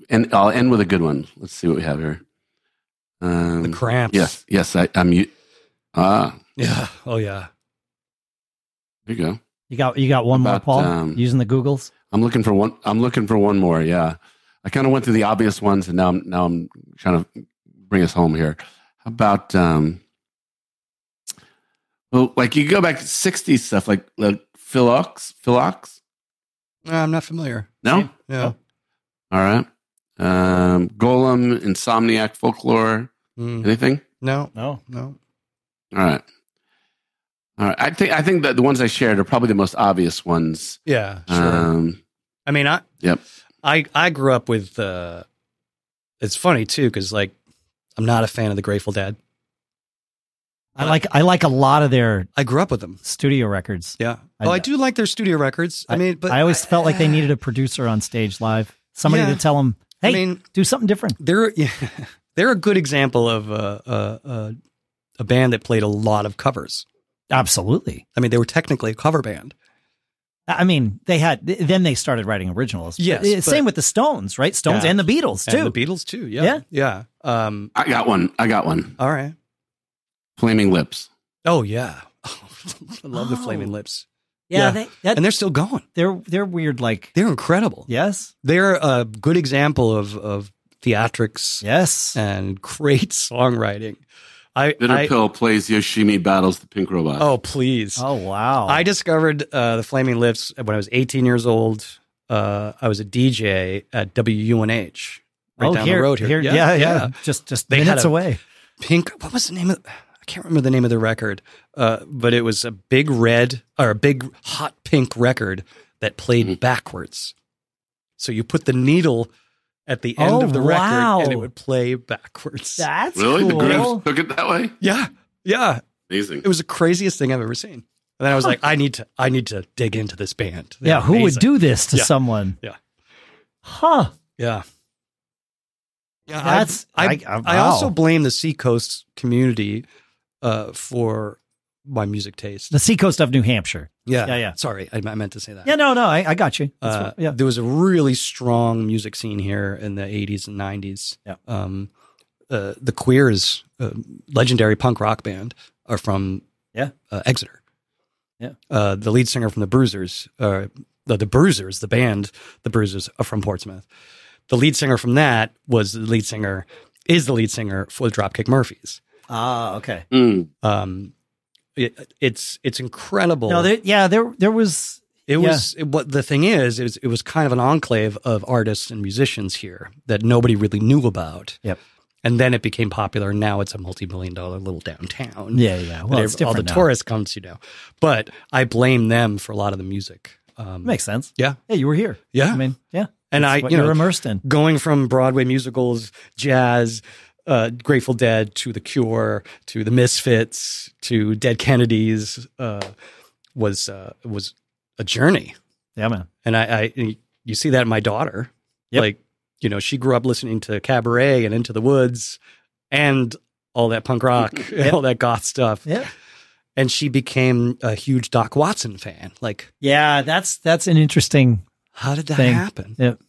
B: And I'll end with a good one. Let's see what we have here. Um,
C: The
A: Mm.
C: Cramps.
B: Yes, yes. I, I'm. u- Ah,
C: Yeah. Oh yeah.
B: there you go.
A: You got you got one more,
B: About,
A: Paul.
B: um,
A: using the Googles.
B: I'm looking for one. I'm looking for one more. Yeah, I kind of went through the obvious ones, and now I'm now I'm trying to bring us home here. How about um, well, like you go back to '60s stuff, like like Philox, Philox.
C: No, I'm not familiar.
B: No,
A: Oh.
C: Yeah.
B: all right. Um, Golem, Insomniac, Folklore,
C: Mm.
B: anything?
C: No.
A: No.
C: No.
B: All right, all right. I think I think that the ones I shared are probably the most obvious ones.
C: Yeah.
A: Uh,
C: Sure.
B: Um,
C: I mean, I
B: Yep.
C: I I grew up with. Uh, it's funny too because like I'm not a fan of the Grateful Dead.
A: I like I like a lot of their
C: I grew up with them.
A: studio records.
C: Yeah.
A: I-
C: oh, I do like their studio records. I, mean, but
A: I always felt
C: (sighs)
A: like they needed a producer on stage live, somebody
C: Yeah.
A: to tell them, "Hey,
C: I mean,
A: do something different."
C: they're (laughs) yeah, they're a good example of a a, a a band that played a lot of covers.
A: Absolutely.
C: I mean, they were technically a cover band.
A: I mean, they had th- then they started writing originals.
C: Yes,
A: Uh, Same
C: but-
A: with the Stones, right? Stones
C: Yeah.
A: and the Beatles too.
C: And the Beatles too.
A: Yeah.
C: Yeah. Yeah. Um.
B: I got one. I got one.
C: All right.
B: Flaming Lips.
C: Oh yeah. (laughs) I love the
A: Oh.
C: Flaming Lips,
A: yeah,
C: Yeah.
A: They, that,
C: and they're still going.
A: they're they're weird. Like
C: They're incredible.
A: yes,
C: They're a good example of of theatrics
A: yes.
C: and (laughs) great songwriting. I,
B: Bitter
C: I
B: Pill plays Yoshimi battles the pink robot.
C: oh please.
A: oh wow.
C: I discovered uh, the Flaming Lips when I was 18 years old. Uh, I was a DJ at WUNH, right
A: oh,
C: down
A: here,
C: the road here.
A: yeah, yeah, Just just
C: They had
A: minutes
C: a-
A: away.
C: Pink. What was the name of? I can't remember the name of the record, uh, but it was a big red or a big hot pink record that played
B: Mhm.
C: backwards. So you put the needle at the end
A: Oh,
C: of the
A: wow.
C: record, and it would play backwards.
A: That's
B: really? The
A: cool.
B: Grooves took it that way?
C: yeah, yeah.
B: Amazing.
C: It was the craziest thing I've ever seen. And then I was like, I need to, I need to dig into this band. They're
A: yeah, who would
C: amazing.
A: do this to
C: Yeah.
A: someone?
C: Yeah.
A: Huh.
C: Yeah. Yeah,
A: That's
C: I, I,
A: I,
C: I
A: wow.
C: also blame the Seacoast community uh, for my music taste.
A: the seacoast of New Hampshire.
C: Yeah,
A: Yeah, yeah.
C: Sorry, I, I meant to say that.
A: Yeah, no, no, I, I got you. That's
C: Uh,
A: what- yeah.
C: There was a really strong music scene here in the 80s and 90s.
A: Yeah.
C: Um, uh, the Queers, uh, legendary punk rock band, are from
A: Yeah.
C: uh, Exeter.
A: Yeah.
C: Uh, the lead singer from the Bruisers, uh, the, the Bruisers, the band, the Bruisers, are from Portsmouth. The lead singer from that was the lead singer, is the lead singer for the Dropkick Murphys.
A: Ah, okay.
B: Mm.
C: Um, it, it's it's incredible.
A: No, there, yeah, there there was
C: It
A: Yeah.
C: was it, what the thing is. It was it was kind of an enclave of artists and musicians here that nobody really knew about.
A: Yep.
C: And then it became popular. and Now it's a multi-billion dollar little downtown.
A: Yeah, yeah. Well,
C: that
A: it's
C: ev- all
A: different
C: the
A: now.
C: tourists come to now. But I blame them for a lot of the music. Um,
A: makes sense.
C: Yeah.
A: Yeah, you were here.
C: yeah.
A: I mean, yeah.
C: and I,
A: It's what
C: you
A: you're
C: know,
A: immersed in.
C: going from Broadway musicals, jazz, uh, Grateful Dead to The Cure to The Misfits to Dead Kennedys uh, was uh, was a journey.
A: Yeah, man.
C: and I, I and you see that in my daughter.
A: Yep.
C: Like, you know, she grew up listening to cabaret and into the woods and all that
A: (laughs)
C: punk rock and
A: Yep.
C: all that goth stuff.
A: Yeah.
C: And she became a huge Doc Watson fan. Like,
A: Yeah, that's that's an interesting.
C: how did that
A: Thing.
C: happen?
A: Yep.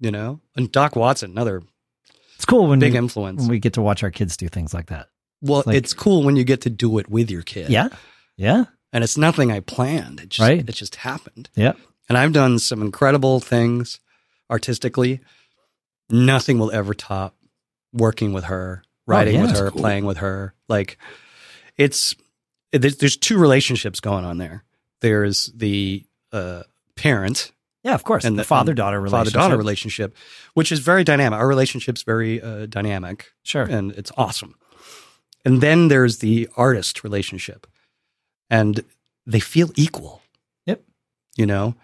C: You know? And Doc Watson, another
A: It's cool when
C: big
A: we,
C: influence.
A: when we get to watch our kids do things like that.
C: well,
A: Mm-hmm. like-
C: it's cool when you get to do it with your kid.
A: Yeah. Yeah.
C: And it's nothing I planned. It just
A: Right.
C: it just happened.
A: Yeah.
C: And I've done some incredible things artistically. Nothing will ever top working with her, writing
A: yeah.
C: with
B: That's
C: her,
B: cool.
C: playing with her. Like it's there's, there's two relationships going on there. There's the uh, parent
A: Yeah, of course.
C: And
A: And the
C: the-
A: father daughter
C: father
A: relationship.
C: daughter relationship, which is very dynamic. Our relationship's very uh, dynamic,
A: Sure.
C: (laughs) and it's awesome. And then there's the artist relationship, and they feel equal.
A: Yep.
C: You know,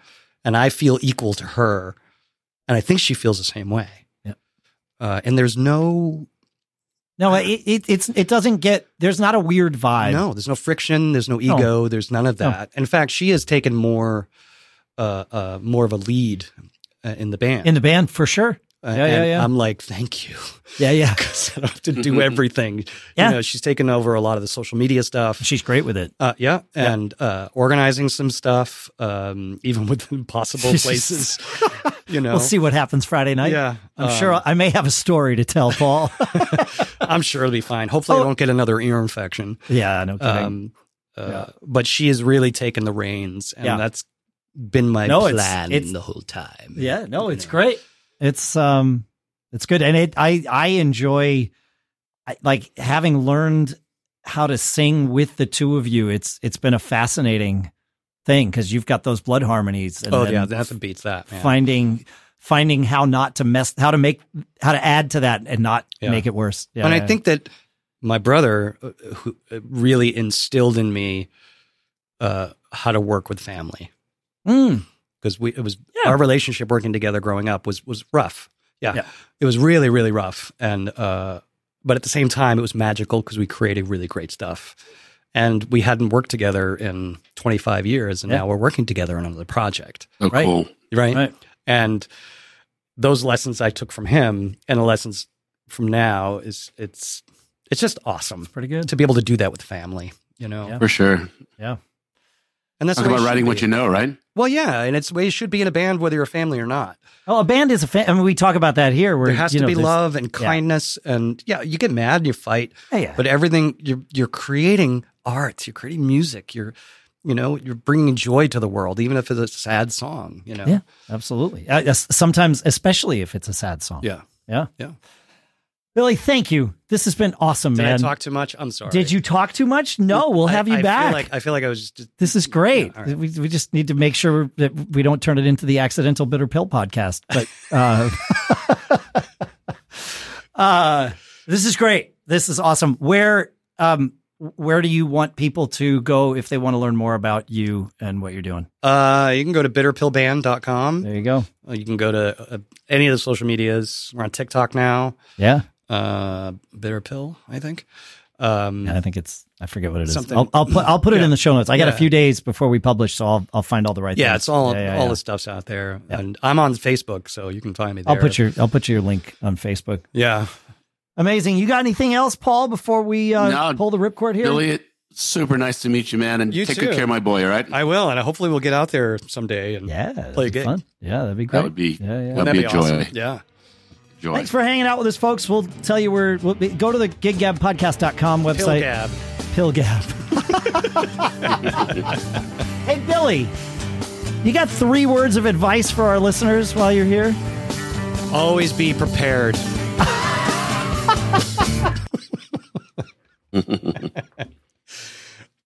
C: and I feel equal to her, and I think she feels the same way.
A: Yep.
C: Uh, and there's no
A: No, it, it it's it doesn't get there's not a weird vibe.
C: no, there's no friction. There's no ego. There's none of
A: No.
C: that. In fact, she has taken more, uh, uh, more of a lead uh, in the band.
A: In the band for sure.
C: Uh,
A: yeah, yeah,
C: and
A: yeah.
C: I'm like, thank you, (laughs)
A: Yeah, (laughs) yeah.
C: because I don't have to
A: (laughs)
C: do everything.
A: Yeah.
C: You know, she's taken over a lot of the social media stuff.
A: She's great with it.
C: Uh, yeah, and Uh, organizing some stuff, um, even with
A: (laughs)
C: (laughs) impossible places. you know,
A: We'll see what happens Friday night.
C: yeah,
A: I'm
C: um,
A: sure I may have a story to tell, Paul. (laughs)
C: (laughs) I'm sure it'll be fine.
A: Oh.
C: Hopefully, I don't get another ear infection.
A: yeah, no kidding.
C: Um, uh, But she has really taken the reins, and
A: Yeah.
C: that's been my
A: No, it's-
C: plan
A: it's-
C: the whole time.
A: yeah, no,
C: You
A: it's
C: know.
A: great. It's um, it's good, and it I I enjoy, I, like having learned how to sing with the two of you. It's it's been a fascinating thing because you've got those blood harmonies. And
C: Oh
A: then
C: yeah, that beats that. Man.
A: finding finding how not to mess, how to make, how to add to that and not
C: Yeah.
A: make it worse. Yeah,
C: and I
A: yeah.
C: think that my brother, uh, who uh, really instilled in me uh, how to work with family,
A: Mm,
C: because we it was
A: Yeah.
C: our relationship working together growing up was was rough. Yeah,
A: Yeah.
C: it was really really rough, and uh, but at the same time it was magical because we created really great stuff, and we hadn't worked together in 25 years, and
A: Yeah.
C: now we're working together on another project,
B: Oh,
A: Right.
B: cool.
C: right?
A: right.
C: And those lessons I took from him, and the lessons from now is it's it's just awesome
A: Pretty good.
C: to be able to do that with family, you know.
A: Yeah.
B: For sure.
C: And that's
B: Talk
C: the way
B: about
C: it should
B: writing what
C: be.
B: you know, right?
C: Well, yeah, and it's the way you should be in a band, whether you're a family or not.
A: Oh, a band is a fan. I mean, we talk about that here. Where
C: there has
A: you
C: to
A: know,
C: be
A: there's-
C: love and
A: yeah.
C: kindness and yeah you get mad and you fight
A: Yeah, yeah.
C: but everything you're you're creating art you're creating music you're you know you're bringing joy to the world even if it's a sad song you know
A: Yeah, absolutely. Uh, yes, sometimes, especially if it's a sad song.
C: yeah
A: Yeah.
C: Yeah.
A: Billy, thank you. This has been awesome,
C: did
A: man.
C: i talk too much i'm sorry
A: Did you talk too much? No, we'll
C: I-
A: have you
C: I feel
A: back.
C: like- i feel like i was just
A: this is great.
C: Yeah, all right.
A: we, we just need to make sure that we don't turn it into the accidental bitter pill podcast. But uh, (laughs) uh, this is great. This is awesome. Where um, where do you want people to go if they want to learn more about you and what you're doing?
C: uh you can go to bitterpillband.com
A: There you go.
C: Uh, you can go to uh, any of the social medias we're on tiktok now
A: Yeah.
C: uh bitter pill i think um
A: I think it's I forget what it is.
C: Something-
A: I'll, I'll put I'll put it
C: Yeah.
A: in the show notes. I got a
C: Yeah.
A: few days before we publish, so I'll I'll find all the right.
C: yeah,
A: things.
C: it's all
A: Yeah, yeah,
C: all
A: yeah.
C: the stuff's out there, and I'm on Facebook, so you can find me there.
A: I'll put your I'll put your link on Facebook.
C: yeah.
A: Amazing. You got anything else, Paul? Before we uh,
B: No,
A: pull the ripcord here,
B: Billy, super nice to meet you, man. And
C: You
B: take good
C: too.
B: care of my boy, all right?
C: I will, and hopefully we'll get out there someday and
A: yeah, that'd
C: Play a
A: be
C: gig.
A: Fun. Yeah, that'd be great.
B: that would be,
A: Yeah, yeah.
B: That'd
C: That'd
B: be a
C: be awesome.
B: joy.
C: Yeah.
B: joy.
A: Thanks for hanging out with us, folks. We'll tell you where. We'll be, go to the giggabpodcast.com website. Pill
C: Pill Gab.
A: Gab. (laughs) hey, Billy, you got three words of advice for our listeners while you're here?
C: Always be prepared.